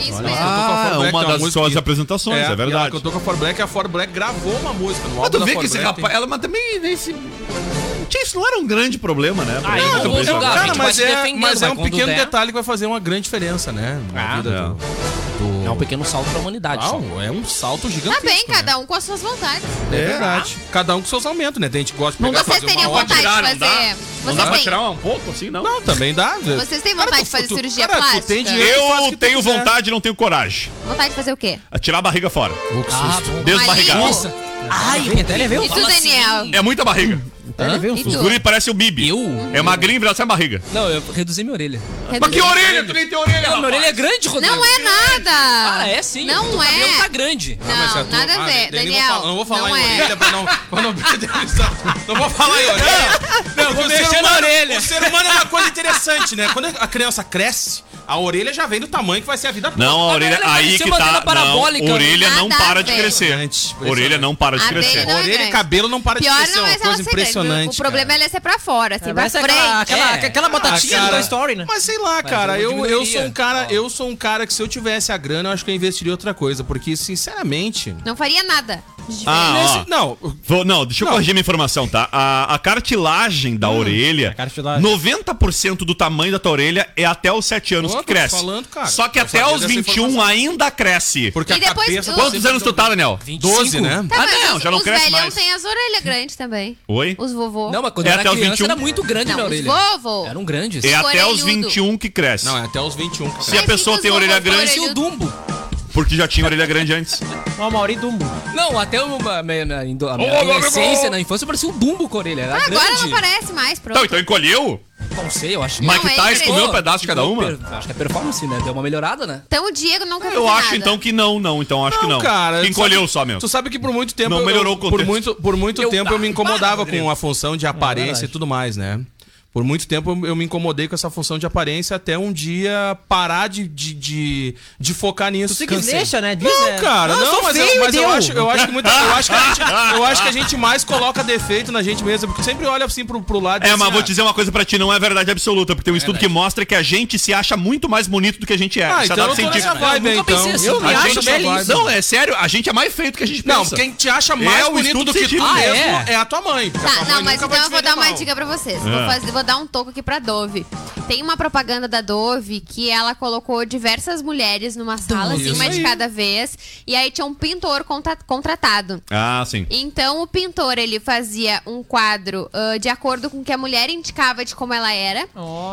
Speaker 9: Isso
Speaker 6: Ela
Speaker 9: mesmo.
Speaker 6: cantou com a
Speaker 5: Ah,
Speaker 6: For Black,
Speaker 5: uma
Speaker 6: que
Speaker 5: das
Speaker 6: música
Speaker 5: suas
Speaker 6: que-
Speaker 5: apresentações, é verdade.
Speaker 6: Ela cantou com a For Black e a For Black gravou uma música no
Speaker 5: Mas
Speaker 6: álbum
Speaker 5: tu
Speaker 6: da
Speaker 5: vê
Speaker 6: For
Speaker 5: que esse
Speaker 6: Black.
Speaker 5: rapaz. é Ela mas também nesse. tinha- Isso não era um grande problema, né?
Speaker 7: Ah, eu não vou jogar, a
Speaker 6: Cara,
Speaker 7: gente vai
Speaker 6: mas
Speaker 7: se
Speaker 6: é,
Speaker 7: defendendo,
Speaker 6: mas é
Speaker 7: mas
Speaker 6: um
Speaker 7: quando
Speaker 6: pequeno
Speaker 7: der-
Speaker 6: detalhe que vai fazer uma grande diferença, né? Na
Speaker 5: Ah,
Speaker 6: vida
Speaker 5: não.
Speaker 6: do- Tu-
Speaker 7: É um pequeno salto pra humanidade. só.
Speaker 6: Ah, é um salto
Speaker 9: Tá
Speaker 6: gigantesco.
Speaker 9: bem,
Speaker 6: né?
Speaker 9: cada um com as suas vontades.
Speaker 6: É verdade. Cada um com seus aumentos, né? Tem gente que gosta de
Speaker 9: Não
Speaker 6: pegar
Speaker 9: vocês
Speaker 6: fazer uma
Speaker 9: teriam
Speaker 6: hora.
Speaker 9: vontade
Speaker 5: tirar,
Speaker 9: de
Speaker 5: não dá?
Speaker 9: fazer.
Speaker 5: Não dá pra
Speaker 9: Vocês têm.
Speaker 5: tirar um pouco assim, não?
Speaker 6: Não, também dá.
Speaker 9: Vocês têm vontade de fazer cirurgia
Speaker 6: cara, tu
Speaker 9: plástica?
Speaker 6: tem dinheiro. Eu faço o
Speaker 5: Eu
Speaker 6: que
Speaker 5: tenho
Speaker 6: tu quiser.
Speaker 5: vontade e não tenho coragem. É
Speaker 9: Vontade de fazer o quê?
Speaker 5: Tirar a barriga fora.
Speaker 7: Ah, bom.
Speaker 5: Desbarrigar.
Speaker 9: Maligno?
Speaker 7: Nossa. Ai,
Speaker 8: até levei um-
Speaker 9: E tu,
Speaker 7: Fala assim.
Speaker 9: Daniel?
Speaker 5: É muita barriga.
Speaker 8: Até levei um
Speaker 9: E
Speaker 8: susto.
Speaker 5: Os
Speaker 9: tu?
Speaker 5: guri parece o Bibi.
Speaker 7: Eu?
Speaker 5: É magrinho e vira sem barriga.
Speaker 7: Não, eu reduzi minha orelha.
Speaker 5: Mas que
Speaker 9: Reduzir.
Speaker 5: orelha? Tu nem tem orelha,
Speaker 7: Não, minha
Speaker 5: rapaz.
Speaker 7: orelha é grande, Rodrigo.
Speaker 9: Não é nada!
Speaker 7: Ah, é sim. o
Speaker 9: Não
Speaker 7: cabelo tá
Speaker 9: é!
Speaker 7: grande.
Speaker 9: Não,
Speaker 6: Mas se a tua-
Speaker 9: nada a
Speaker 6: Ah, daí nem
Speaker 9: ver. Daniel,
Speaker 6: vou falar- não vou falar
Speaker 9: não
Speaker 6: em
Speaker 9: é.
Speaker 6: orelha pra não, pra não fidelizar. Não vou falar em orelha. Não, vou
Speaker 7: mexer na orelha.
Speaker 6: O ser humano é uma coisa interessante, né? Quando a criança cresce, a orelha já vem do tamanho que vai ser a vida
Speaker 5: Não, a orelha.
Speaker 7: orelha
Speaker 5: Aí
Speaker 7: parecia
Speaker 5: que
Speaker 7: uma antena
Speaker 5: tá. Não,
Speaker 7: parabólica.
Speaker 5: orelha não
Speaker 9: Nada,
Speaker 5: para de
Speaker 9: velho.
Speaker 5: crescer.
Speaker 6: Impressionante.
Speaker 5: Orelha não para de
Speaker 9: A
Speaker 5: crescer.
Speaker 9: dele não é
Speaker 6: Orelha e
Speaker 9: grande.
Speaker 6: cabelo não para de
Speaker 9: Pior
Speaker 6: crescer,
Speaker 9: não
Speaker 6: é uma
Speaker 9: é
Speaker 6: coisa
Speaker 9: ela ser grande.
Speaker 6: impressionante,
Speaker 9: O problema é
Speaker 6: cara.
Speaker 9: ele ser pra fora, assim, pra
Speaker 8: Vai ser é aquela,
Speaker 9: frente.
Speaker 8: aquela,
Speaker 7: É.
Speaker 8: aquela batatinha
Speaker 6: Ah,
Speaker 8: do
Speaker 6: cara.
Speaker 8: Toy Story, né?
Speaker 6: Mas sei lá, cara,
Speaker 7: eu
Speaker 6: eu, eu sou
Speaker 7: diminuiria.
Speaker 6: um cara, eu sou um cara que se eu tivesse a grana, eu acho que eu investiria em outra coisa, porque sinceramente,
Speaker 9: Não faria nada.
Speaker 5: Ah, ó.
Speaker 6: não,
Speaker 5: Vou- não, deixa eu
Speaker 6: Não. Hum,
Speaker 5: corrigir minha informação, tá? A, a cartilagem da orelha,
Speaker 8: cartilagem.
Speaker 5: 90% do tamanho da tua orelha é até os 7 anos
Speaker 6: Pô,
Speaker 5: que
Speaker 6: tô te
Speaker 5: cresce.
Speaker 6: falando, cara.
Speaker 5: Só que
Speaker 6: Eu
Speaker 5: até
Speaker 6: sabia
Speaker 5: os
Speaker 6: dessa
Speaker 5: 21
Speaker 6: informação.
Speaker 5: ainda cresce.
Speaker 6: porque
Speaker 9: E depois
Speaker 6: a cabeça
Speaker 9: tu-
Speaker 5: Quantos anos tu tá, Daniel?
Speaker 6: 12, né?
Speaker 9: Tá,
Speaker 5: Ah,
Speaker 9: mas
Speaker 5: não,
Speaker 9: os,
Speaker 5: já não
Speaker 9: os
Speaker 5: cresce
Speaker 9: velhão
Speaker 5: mais.
Speaker 9: têm as orelhas grandes também.
Speaker 5: Oi?
Speaker 9: Os vovô.
Speaker 7: Não, mas quando
Speaker 5: É
Speaker 7: eu era
Speaker 5: até os
Speaker 7: criança
Speaker 5: 21.
Speaker 7: era muito grande
Speaker 9: Não,
Speaker 7: minha
Speaker 9: os
Speaker 7: orelha.
Speaker 9: vovô.
Speaker 8: um
Speaker 7: Eram grandes.
Speaker 5: É até os
Speaker 9: orelhudo.
Speaker 5: 21 que cresce.
Speaker 6: Não, é até os 21.
Speaker 5: Se
Speaker 6: Cara.
Speaker 5: a
Speaker 9: um Mas
Speaker 5: pessoa
Speaker 9: fica
Speaker 5: tem
Speaker 9: os
Speaker 5: orelha
Speaker 9: vovôs com
Speaker 5: grande,
Speaker 7: Parecia o Dumbo.
Speaker 5: porque já tinha orelha grande antes.
Speaker 8: Uma Mauri Dumbo.
Speaker 7: Não, até uma, minha, na, indo- a minha adolescência, na infância, parecia um Dumbo com a orelha. Era
Speaker 9: Ah, agora
Speaker 7: grande.
Speaker 9: não parece mais, pronto.
Speaker 5: Então, então encolheu?
Speaker 7: Não sei, eu acho que...
Speaker 5: Mike
Speaker 9: é
Speaker 5: Tyson comeu um
Speaker 9: encolheu.
Speaker 5: pedaço de
Speaker 6: Tipo,
Speaker 5: cada uma?
Speaker 7: Per- Acho que é performance, né? Deu uma melhorada, né?
Speaker 9: Então o Diego não quer
Speaker 5: Eu
Speaker 9: fazer
Speaker 5: acho
Speaker 9: nada.
Speaker 5: então que não, não. Então acho que não.
Speaker 6: cara.
Speaker 5: Que
Speaker 6: tu
Speaker 5: encolheu
Speaker 6: sabe-
Speaker 5: só mesmo.
Speaker 6: Tu sabe que por muito tempo.
Speaker 5: Não
Speaker 6: eu-
Speaker 5: melhorou o
Speaker 6: por
Speaker 5: contexto.
Speaker 6: muito Por muito
Speaker 7: Eu-
Speaker 6: tempo eu
Speaker 8: Ah,
Speaker 6: me incomodava
Speaker 7: Rodrigo.
Speaker 6: com a função
Speaker 8: É
Speaker 6: de aparência e tudo mais, né? Por muito tempo eu- eu me incomodei com essa função de aparência até um dia parar de, de, de, de focar nisso.
Speaker 8: Você que
Speaker 6: Cansei.
Speaker 8: deixa, né? Diz,
Speaker 6: Não,
Speaker 8: né?
Speaker 6: cara,
Speaker 8: eu
Speaker 6: não,
Speaker 8: sou
Speaker 6: mas,
Speaker 8: feio e
Speaker 6: eu, mas eu
Speaker 8: deu.
Speaker 6: acho, eu acho que muita, eu acho que a gente, eu acho que a gente mais coloca defeito na gente mesmo, porque sempre olha assim pro, pro lado e
Speaker 5: É,
Speaker 6: diz
Speaker 5: mas
Speaker 6: assim,
Speaker 5: vou
Speaker 6: ah,
Speaker 5: te dizer uma coisa pra ti, não é verdade absoluta, porque tem um estudo que mostra que a gente se acha muito mais bonito do que a gente é. Isso
Speaker 6: Ah,
Speaker 5: é
Speaker 6: então eu
Speaker 5: dado
Speaker 6: tô nessa
Speaker 5: científico.
Speaker 6: vibe aí,
Speaker 7: nunca
Speaker 6: então.
Speaker 7: pensei assim. Eu
Speaker 6: A
Speaker 8: me acho
Speaker 6: gente é essa
Speaker 8: belíssimo.
Speaker 6: vibe.
Speaker 5: Não, é sério, a gente é mais feio do que a gente
Speaker 6: Não,
Speaker 5: pensa.
Speaker 6: quem te acha mais
Speaker 5: É o
Speaker 6: bonito
Speaker 5: estudo
Speaker 6: do que tu
Speaker 5: científico.
Speaker 6: mesmo
Speaker 7: Ah,
Speaker 6: é a tua mãe. porque a
Speaker 9: Tá,
Speaker 6: tua
Speaker 9: não,
Speaker 6: mãe
Speaker 9: mas
Speaker 6: nunca vai
Speaker 9: então
Speaker 6: te
Speaker 9: eu vou
Speaker 6: ver
Speaker 9: dar uma
Speaker 6: mal.
Speaker 9: dica pra vocês. Vou,
Speaker 5: Ah.
Speaker 9: fazer- vou dar um toco aqui pra Dove. Tem uma propaganda da Dove que ela colocou diversas mulheres numa sala, assim,
Speaker 6: Isso
Speaker 9: uma de
Speaker 6: aí.
Speaker 9: cada vez. E aí tinha um pintor conta- contratado.
Speaker 5: Ah, sim.
Speaker 9: Então o pintor ele fazia um quadro ah, de acordo com o que a mulher indicava de como ela era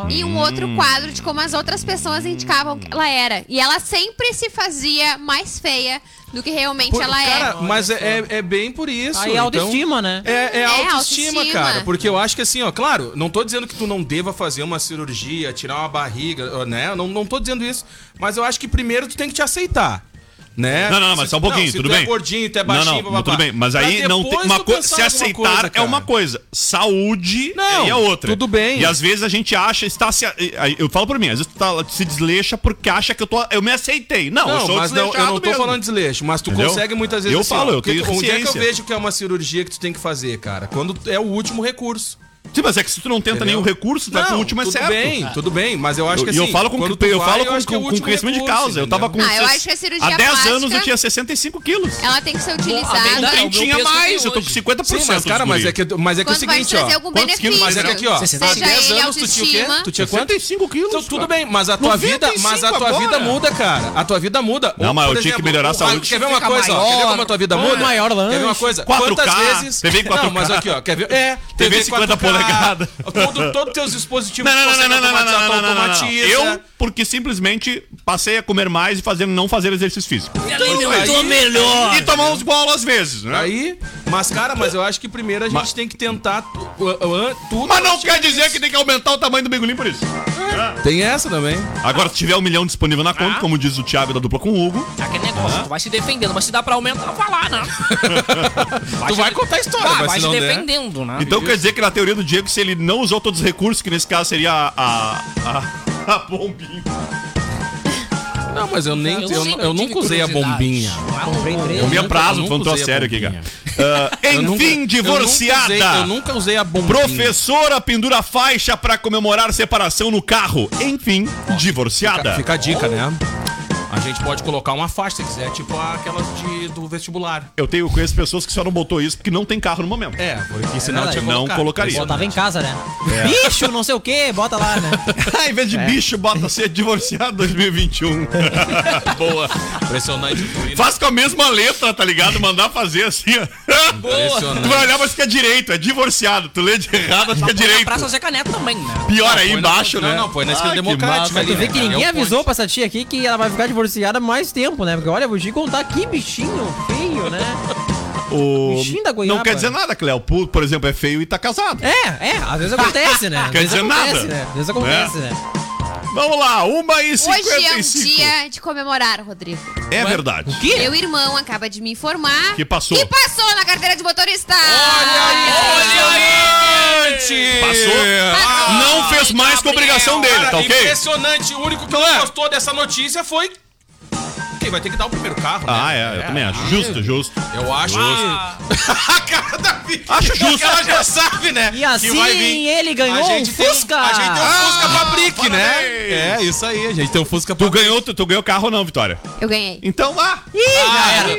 Speaker 9: e um outro
Speaker 5: Hum.
Speaker 9: quadro de como as outras pessoas indicavam que ela era. E ela sempre se fazia mais feia do que realmente
Speaker 6: Pô,
Speaker 9: ela
Speaker 6: cara,
Speaker 9: é.
Speaker 6: Mas é, é- é bem por isso.
Speaker 8: Aí é
Speaker 6: então-
Speaker 8: autoestima, né?
Speaker 6: É, é autoestima,
Speaker 9: autoestima.
Speaker 6: cara. Porque eu acho que assim, ó, claro, não tô dizendo que tu não deva fazer uma cirurgia, tirar uma barriga, ó, né? Não, não tô dizendo isso. Mas eu acho que primeiro tu tem que te aceitar. Né?
Speaker 5: Não, não, não, mas
Speaker 6: Se-
Speaker 5: só um pouquinho,
Speaker 6: se
Speaker 5: tudo
Speaker 6: tu
Speaker 5: bem.
Speaker 6: É gordinho, tu é
Speaker 5: não,
Speaker 6: baixinho,
Speaker 5: não,
Speaker 6: blá, blá,
Speaker 5: tudo
Speaker 6: blá.
Speaker 5: bem, mas aí
Speaker 6: Pra
Speaker 5: não tem
Speaker 6: depois
Speaker 5: uma
Speaker 6: tu
Speaker 5: coisa,
Speaker 6: pensar
Speaker 5: se
Speaker 6: em alguma
Speaker 5: aceitar
Speaker 6: coisa,
Speaker 5: é
Speaker 6: cara.
Speaker 5: uma coisa, saúde
Speaker 6: Não,
Speaker 5: é outra.
Speaker 6: tudo bem.
Speaker 5: E às vezes a gente acha, está se aí eu falo por mim, às vezes tu tá, se desleixa porque acha que eu tô eu me aceitei. Não, eu
Speaker 6: Não,
Speaker 5: sou
Speaker 6: mas não, eu não tô
Speaker 5: mesmo.
Speaker 6: falando desleixo, mas tu
Speaker 5: Entendeu?
Speaker 6: consegue muitas vezes. assim,
Speaker 5: Eu falo,
Speaker 6: ó,
Speaker 5: eu
Speaker 6: que-
Speaker 5: tenho
Speaker 6: Onde é que eu
Speaker 5: consciência.
Speaker 6: vejo que é uma cirurgia que tu tem que fazer, cara? Quando é o último recurso.
Speaker 5: Sim, mas é que se tu não tenta
Speaker 6: Entendeu?
Speaker 5: nenhum recurso, tá com o último é
Speaker 6: tudo
Speaker 5: certo.
Speaker 6: bem, tudo bem, mas eu acho
Speaker 5: Eu-
Speaker 6: que assim...
Speaker 5: e eu falo com,
Speaker 6: quando
Speaker 5: eu
Speaker 6: tu vai,
Speaker 5: falo
Speaker 6: eu acho
Speaker 5: com,
Speaker 6: que é o
Speaker 5: com, com
Speaker 6: último
Speaker 5: crescimento de
Speaker 6: recurso,
Speaker 5: causa. Eu tava com.
Speaker 6: entendeu?
Speaker 9: Ah, eu
Speaker 5: ses-
Speaker 9: acho que a cirurgia
Speaker 5: Há 10
Speaker 9: plástica-
Speaker 5: anos eu tinha 65 quilos.
Speaker 9: Ela tem que ser
Speaker 6: é
Speaker 7: bem
Speaker 9: utilizada.
Speaker 7: da-
Speaker 5: Ontem
Speaker 7: o meu
Speaker 5: tinha
Speaker 7: peso
Speaker 5: mais,
Speaker 7: que
Speaker 5: eu
Speaker 7: eu
Speaker 5: tô
Speaker 7: tenho
Speaker 5: com
Speaker 7: hoje.
Speaker 5: 50%.
Speaker 6: Sim, mas cara,
Speaker 5: dos
Speaker 6: mas é
Speaker 5: guri.
Speaker 6: que, mas é que é o
Speaker 9: Quando vai
Speaker 6: seguinte, ó...
Speaker 9: trazer algum
Speaker 5: quantos quilos?
Speaker 9: benefício.
Speaker 6: Mas é que aqui, ó,
Speaker 7: Seja
Speaker 6: há
Speaker 7: ele
Speaker 6: 10 anos tu tinha o quê?
Speaker 9: autoestima.
Speaker 6: Tu tinha quanto?
Speaker 5: 65 quilos,
Speaker 6: Então,
Speaker 5: cara.
Speaker 6: tudo bem, mas a tua vida, mas a tua
Speaker 5: 95
Speaker 6: vida
Speaker 5: agora.
Speaker 6: muda, cara. A tua vida muda.
Speaker 5: Não,
Speaker 6: Ou,
Speaker 5: mas
Speaker 6: por
Speaker 5: eu tinha que
Speaker 6: exemplo,
Speaker 5: melhorar a
Speaker 6: o-
Speaker 5: saúde.
Speaker 6: Quer ver uma
Speaker 7: Fica
Speaker 6: coisa, ó? Quer ver
Speaker 7: maior.
Speaker 6: como a tua vida
Speaker 8: Ou
Speaker 6: muda?
Speaker 8: maior lanche.
Speaker 6: Quer ver uma coisa?
Speaker 5: 4K,
Speaker 6: Quantas vezes?
Speaker 5: TV 4K.
Speaker 6: Não, mas aqui, ó, quer ver? É,
Speaker 5: TV 50 polegada.
Speaker 6: Todo- Todos os teus dispositivos
Speaker 5: Não, não, não,
Speaker 6: conseguem
Speaker 5: não, não, não, não,
Speaker 6: automatizar, tu
Speaker 5: não, não, não, não.
Speaker 6: automatiza.
Speaker 5: Eu, porque simplesmente passei a comer mais e fazer, não fazer exercício físico.
Speaker 6: eu tô
Speaker 5: melhor. E tomar uns golos às vezes, né?
Speaker 6: Aí, mas cara, mas eu acho que primeiro a gente
Speaker 5: Mas-
Speaker 6: tem que tentar tu- uh, uh, tudo.
Speaker 5: Mas não
Speaker 6: antes
Speaker 5: quer
Speaker 6: de-
Speaker 5: dizer que tem que aumentar o tamanho do bigolim por isso.
Speaker 6: Tem essa também.
Speaker 5: Agora, se tiver um milhão disponível na conta, como diz o Thiago da dupla com o Hugo,
Speaker 7: Aquele negócio, tu vai se defendendo, mas se dá pra aumentar, vai lá, né?
Speaker 6: tu vai contar a história,
Speaker 7: Ah,
Speaker 6: mas
Speaker 7: vai
Speaker 6: se
Speaker 7: se
Speaker 6: não der-
Speaker 7: defendendo,
Speaker 6: Ah,
Speaker 7: né?
Speaker 5: então quer dizer que na teoria do Diego, se ele não usou todos os recursos, que nesse caso seria a. a, a, a bombinha.
Speaker 6: Não, mas eu nem eu, eu, nunca usei a bombinha.
Speaker 8: Comprei três.
Speaker 5: Eu me aprazo,
Speaker 6: nunca
Speaker 5: falando a
Speaker 6: usei a
Speaker 5: sério aqui, cara.
Speaker 6: bombinha.
Speaker 5: Ah,
Speaker 6: Eu nunca- eu
Speaker 5: enfim,
Speaker 6: nunca
Speaker 5: divorciada.
Speaker 6: usei- Eu nunca usei a bombinha.
Speaker 5: Professora pendura faixa pra comemorar separação no carro. Enfim, divorciada. Oh.
Speaker 6: Fica a dica, né? A A gente pode colocar uma faixa se quiser, tipo aquelas de, do vestibular.
Speaker 5: Eu tenho conheço pessoas que só não botou isso porque não tem carro no momento.
Speaker 6: É, porque senão
Speaker 5: não,
Speaker 6: tinha
Speaker 5: não
Speaker 6: colocado.
Speaker 5: colocaria.
Speaker 8: Botava em casa, né? Bicho, não sei o que, bota lá, né?
Speaker 6: É.
Speaker 5: em vez de bicho, bota ser divorciado 2021. Boa.
Speaker 6: Impressionante.
Speaker 5: um. Faz com a mesma letra, tá ligado? Mandar fazer assim, ó.
Speaker 6: Impressionante.
Speaker 5: Tu vai olhar, mas fica direito. É divorciado. Tu lê de errado, fica direito.
Speaker 7: Praça Zeca Neto também, né?
Speaker 5: Pior aí
Speaker 6: Põe na-
Speaker 5: embaixo, né?
Speaker 6: Não, não, põe na esquerda
Speaker 5: Ah, que
Speaker 6: democrática
Speaker 5: massa.
Speaker 6: ali.
Speaker 8: Tu vê
Speaker 6: né,
Speaker 8: que
Speaker 6: cara?
Speaker 8: ninguém
Speaker 6: É o
Speaker 8: avisou pra essa tia aqui que ela vai ficar divorciada mais tempo, né? Porque olha, vou te contar que bichinho feio, né?
Speaker 5: O-
Speaker 8: Bichinho da goiaba.
Speaker 5: Não quer dizer nada, Cléo. Pu- Por exemplo, é feio e tá casado.
Speaker 8: É, é, às vezes acontece, né? Às
Speaker 5: Quer
Speaker 8: vezes
Speaker 5: dizer
Speaker 8: acontece,
Speaker 5: nada. É.
Speaker 8: Né? Às vezes acontece, né?
Speaker 5: Vamos lá, 1 e
Speaker 9: Hoje é um
Speaker 5: 55
Speaker 9: dia de comemorar, Rodrigo.
Speaker 5: É verdade.
Speaker 8: Que?
Speaker 9: Meu irmão acaba de me informar
Speaker 5: Que passou.
Speaker 9: que passou na carteira de motorista.
Speaker 6: Impressionante!
Speaker 5: Passou?
Speaker 9: Passou.
Speaker 5: Não fez mais que a obrigação dele,
Speaker 6: Cara,
Speaker 5: tá ok?
Speaker 6: é
Speaker 5: é?
Speaker 6: Impressionante. O único que não gostou dessa notícia foi. Quem vai ter que dar o primeiro carro, né?
Speaker 5: Ah, é, eu também acho. Justo, justo.
Speaker 6: Eu acho. que- a cara da Vicky.
Speaker 5: Acho justo.
Speaker 6: Ela já sabe, né?
Speaker 8: E assim ele ganhou um
Speaker 6: tem
Speaker 8: Fusca.
Speaker 6: a gente tem um Fusca Fabric, né?
Speaker 5: Ah, parabéns.
Speaker 6: É, isso aí. A gente tem um Fusca
Speaker 5: Tu ganhou, tu, tu ganhou carro ou não, Vitória?
Speaker 9: Eu ganhei.
Speaker 5: Então vá.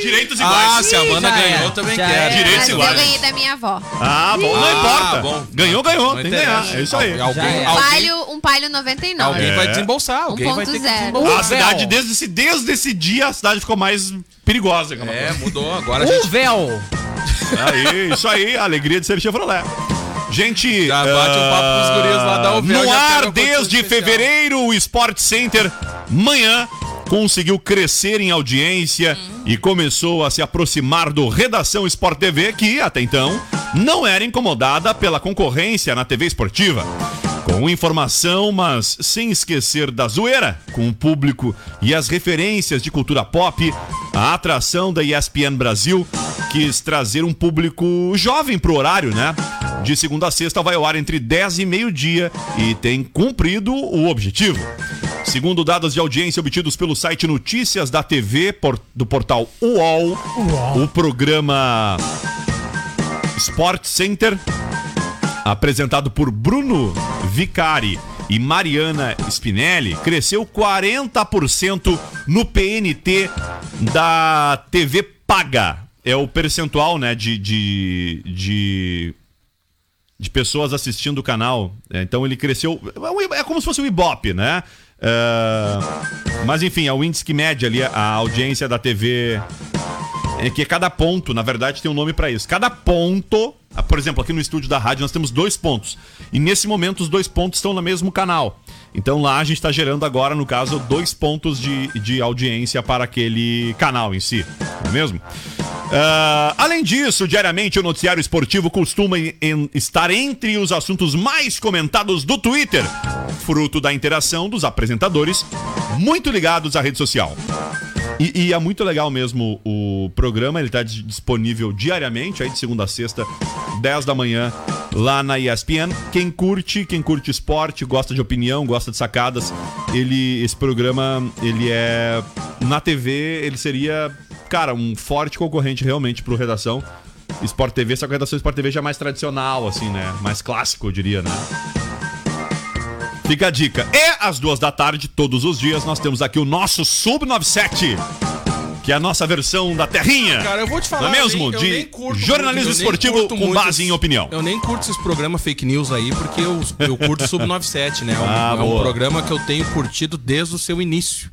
Speaker 5: Direitos
Speaker 6: Ah,
Speaker 5: iguais.
Speaker 6: se a Amanda
Speaker 8: já
Speaker 6: ganhou,
Speaker 8: era,
Speaker 6: também
Speaker 8: já
Speaker 6: quero.
Speaker 8: era.
Speaker 5: Direitos
Speaker 9: Mas eu
Speaker 5: iguais.
Speaker 9: ganhei da minha avó.
Speaker 5: Ah, bom, não
Speaker 6: Ah,
Speaker 5: importa.
Speaker 6: bom.
Speaker 5: Ganhou, ganhou.
Speaker 6: Não
Speaker 5: Tem que
Speaker 6: interessa.
Speaker 5: ganhar. É isso aí.
Speaker 6: Al- Alguém,
Speaker 8: Já
Speaker 6: alguém,
Speaker 9: Palio, um palio 99.
Speaker 6: alguém vai
Speaker 5: É.
Speaker 6: desembolsar. Alguém vai ter que
Speaker 9: 1.0.
Speaker 6: desembolsar.
Speaker 5: A
Speaker 8: O
Speaker 5: cidade,
Speaker 8: véu.
Speaker 5: desde esse, desde esse dia, a cidade ficou mais perigosa. que é uma
Speaker 6: É,
Speaker 5: coisa.
Speaker 6: mudou. Agora a
Speaker 8: O
Speaker 6: gente
Speaker 8: véu.
Speaker 5: Aí, isso aí, a alegria de ser Chevrolet. Gente,
Speaker 6: Já bate um papo com os
Speaker 5: ah,
Speaker 6: guris lá da Uvel,
Speaker 5: no
Speaker 6: já pega
Speaker 5: ar
Speaker 6: uma condição
Speaker 5: desde
Speaker 6: especial.
Speaker 5: fevereiro, o Sport Center, manhã, conseguiu crescer em audiência e começou a se aproximar do Redação Sport TV, que até então não era incomodada pela concorrência na TV esportiva. Com informação, mas sem esquecer da zoeira, com o público e as referências de cultura pop, a atração da ESPN Brasil quis trazer um público jovem pro horário, né? De segunda a sexta vai ao ar entre 10 e meio-dia e tem cumprido o objetivo. Segundo dados de audiência obtidos pelo site Notícias da TV por- do portal UOL, o programa Sport Center apresentado por Bruno Vicari e Mariana Spinelli, cresceu 40% no PNT da TV Paga. É o percentual, né, de, de, de, de pessoas assistindo o canal. É, então ele cresceu. é um- É como se fosse o Ibope, né? É, mas enfim, é o índice que mede ali a audiência da TV é que cada ponto, na verdade, tem um nome pra isso. Cada ponto, ah, por exemplo, aqui no estúdio da rádio nós temos dois pontos. E nesse momento os dois pontos estão no mesmo canal. Então lá a gente está gerando agora, no caso, dois pontos de, de audiência para aquele canal em si. Não é mesmo? Ah, além disso, diariamente o noticiário esportivo costuma em- em- estar entre os assuntos mais comentados do Twitter, fruto da interação dos apresentadores muito ligados à rede social. E, e é muito legal mesmo o programa, ele tá dis- disponível diariamente, aí de segunda a sexta, 10 da manhã, lá na ESPN. Quem curte, quem curte esporte, gosta de opinião, gosta de sacadas, ele esse programa, ele é na TV, ele seria, cara, um forte concorrente realmente pro Redação Sport TV, só que a Redação Sport TV já é mais tradicional assim, né? Mais clássico, eu diria, né? Fica a dica. E às duas da tarde, todos os dias, nós temos aqui o nosso Sub97, que é a nossa versão da terrinha.
Speaker 6: Cara, eu vou te falar.
Speaker 5: Não é
Speaker 6: eu
Speaker 5: mesmo?
Speaker 6: nem- eu
Speaker 5: De
Speaker 6: nem curto
Speaker 5: jornalismo
Speaker 6: muito, eu nem
Speaker 5: esportivo
Speaker 6: curto
Speaker 5: com
Speaker 6: muito
Speaker 5: base
Speaker 6: esses-
Speaker 5: em opinião.
Speaker 6: Eu nem curto esses programas fake news aí, porque eu, eu curto Sub97, né? É um,
Speaker 5: Ah,
Speaker 6: é um
Speaker 5: boa.
Speaker 6: programa que eu tenho curtido desde o seu início.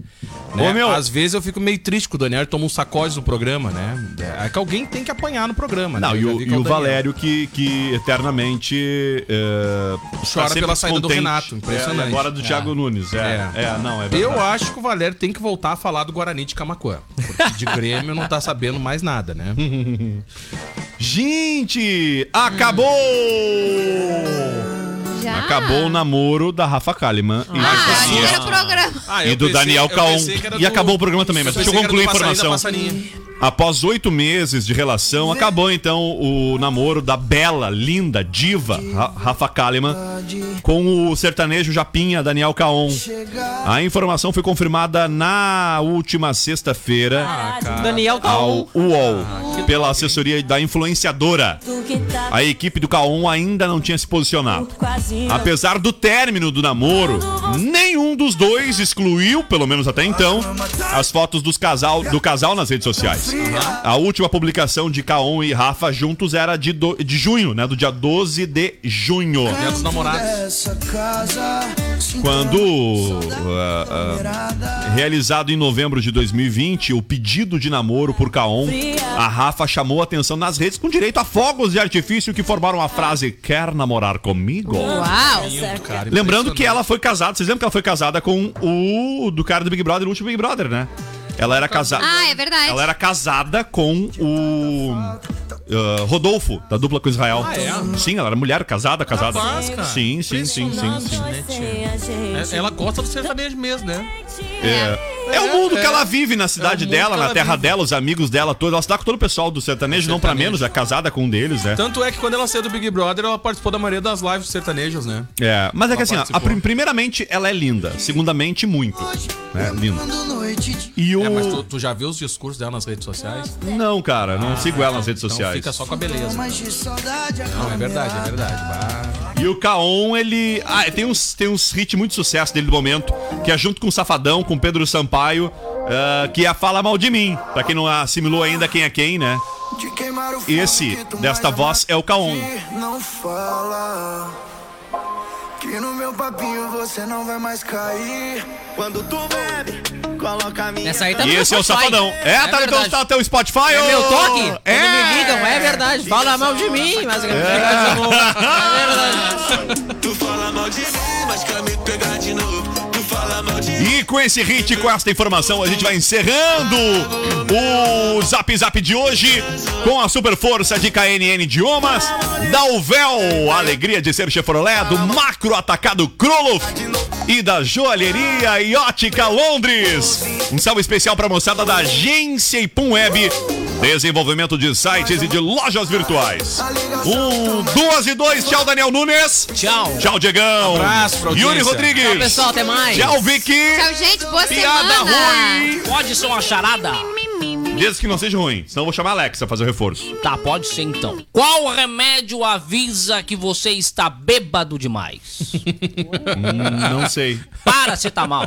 Speaker 5: Ô,
Speaker 6: Né?
Speaker 5: meu.
Speaker 6: Às vezes eu fico meio triste que o Daniel toma um sacode no programa, né? É que alguém tem que apanhar no programa. né?
Speaker 5: Não,
Speaker 6: Eu
Speaker 5: e
Speaker 6: já
Speaker 5: o,
Speaker 6: vi
Speaker 5: e
Speaker 6: que é
Speaker 5: o
Speaker 6: Daniel.
Speaker 5: Valério que, que eternamente eh, tá
Speaker 6: Chora
Speaker 5: sempre
Speaker 6: pela saída do
Speaker 5: descontente.
Speaker 6: Renato, impressionante.
Speaker 5: É, e agora do
Speaker 6: É.
Speaker 5: Thiago Nunes, é, é.
Speaker 6: É.
Speaker 5: não, é verdade.
Speaker 6: Eu acho que o Valério tem que voltar a falar do Guarani de Camacuã. Porque de Grêmio não tá sabendo mais nada, né?
Speaker 5: Hum. Gente, acabou!
Speaker 9: Já?
Speaker 5: Acabou o namoro da Rafa Kalimann e da
Speaker 9: Ah,
Speaker 5: Cassiano.
Speaker 9: achei que era o programa.
Speaker 6: Ah,
Speaker 5: E
Speaker 6: eu
Speaker 5: do Daniel
Speaker 6: eu
Speaker 5: Caon.
Speaker 6: pensei que era
Speaker 5: E acabou o programa também, mas
Speaker 6: eu
Speaker 5: deixa eu
Speaker 6: pensei que era do
Speaker 5: concluir a
Speaker 6: passarinho
Speaker 5: informação.
Speaker 6: da passarinha.
Speaker 5: Após oito meses de relação, acabou então o namoro da bela, linda, diva Ra- Rafa Kalimann com o sertanejo Japinha Daniel Caon. A informação foi confirmada na última sexta-feira
Speaker 8: Daniel tá
Speaker 5: ao UOL pela assessoria da influenciadora.
Speaker 10: Tu que tá
Speaker 5: A equipe do Caon ainda não tinha se posicionado.
Speaker 10: quase
Speaker 5: Apesar do término do namoro, nenhum dos dois excluiu, pelo menos até então, as fotos dos casal, do casal nas redes sociais. A última publicação de Kaon e Rafa juntos era de, do- de junho, né? Do dia 12 de junho.
Speaker 6: Dia É dos namorados.
Speaker 5: Quando ah, ah, realizado em novembro de 2020, o pedido de namoro por Kaon, a Rafa chamou atenção nas redes com direito a fogos de artifício que formaram a frase "Quer namorar comigo?".
Speaker 9: Uau!
Speaker 6: Cara,
Speaker 5: Lembrando que ela foi casada, vocês lembram que ela foi casada com o do cara do Big Brother, o último Big Brother, né? Ela era casada.
Speaker 9: Ah, é verdade.
Speaker 5: Ela era casada com o ah, Rodolfo, da dupla com Israel.
Speaker 6: Ah, é?
Speaker 5: Sim, ela era mulher casada, casada.
Speaker 6: Capaz, cara.
Speaker 5: Sim, sim, sim, sim, sim.
Speaker 6: impressionante. É, Ela gosta do sertanejo mesmo, né?
Speaker 5: É, é o mundo que ela vive na cidade
Speaker 6: É o mundo
Speaker 5: dela,
Speaker 6: que
Speaker 5: na
Speaker 6: ela
Speaker 5: terra
Speaker 6: vive.
Speaker 5: dela, os amigos dela, todos. Ela se dá com todo o pessoal do sertanejo, não pra menos, é casada com um deles, né?
Speaker 6: Tanto é que quando ela saiu do Big Brother, ela participou da maioria das lives sertanejas, né?
Speaker 5: É, mas é que
Speaker 6: Ela
Speaker 5: assim, ó, a
Speaker 6: participou.
Speaker 5: prim- primeiramente ela é linda, segundamente muito, né? Linda. E o
Speaker 6: É, mas tu, tu já viu os discursos dela nas redes sociais?
Speaker 5: não, cara, não sigo ela nas redes
Speaker 6: Então
Speaker 5: sociais.
Speaker 6: fica só com a beleza. Não, é verdade, é verdade. Bah.
Speaker 5: E o Kaon, ele, ah, tem uns tem uns hits muito sucesso dele do momento, que é junto com o Safadão, com o Pedro Sampaio, ah, que é a fala mal de mim. Pra quem não assimilou ainda quem é quem, né? Esse desta voz é o Kaon.
Speaker 11: Não fala que no meu papinho você não vai mais cair. Quando tu bebe, coloca a minha.
Speaker 8: Essa aí tá
Speaker 5: E
Speaker 8: no
Speaker 5: esse é o
Speaker 8: Spotify.
Speaker 5: Safadão. É, tá,
Speaker 8: verdade.
Speaker 5: então tá no teu Spotify,
Speaker 8: É
Speaker 5: ô!
Speaker 8: meu toque? Quando
Speaker 5: É!
Speaker 8: me ligam, é verdade. Fala mal de mim, mas é verdade.
Speaker 11: Tu fala mal de mim, mas quer me pegar de novo. Tu fala mal de mim.
Speaker 5: E com esse hit, com esta informação, a gente vai encerrando o Zap Zap de hoje com a super força de KNN Idiomas, da Uvel, a alegria de ser Chevrolet, do Macro Atacado Kroloff e da Joalheria e Ótica Londres. Um salve especial para a moçada da Agência Ipum Web, desenvolvimento de sites e de lojas virtuais. Um, duas e dois, tchau Daniel Nunes.
Speaker 8: Tchau.
Speaker 5: Tchau, Diegão.
Speaker 6: Abraço pra
Speaker 5: Yuri
Speaker 6: audiência.
Speaker 5: Rodrigues.
Speaker 8: Tchau, pessoal. Até mais.
Speaker 5: Tchau, Vicky.
Speaker 9: Tchau, gente. Boa
Speaker 5: Piada
Speaker 9: semana.
Speaker 5: ruim.
Speaker 7: Pode ser uma charada?
Speaker 5: Diz que não seja ruim, senão eu vou chamar a Alexa pra fazer o reforço.
Speaker 7: Tá, pode ser então. Qual remédio avisa que você está bêbado demais?
Speaker 5: Não sei.
Speaker 7: Para, você tá mal.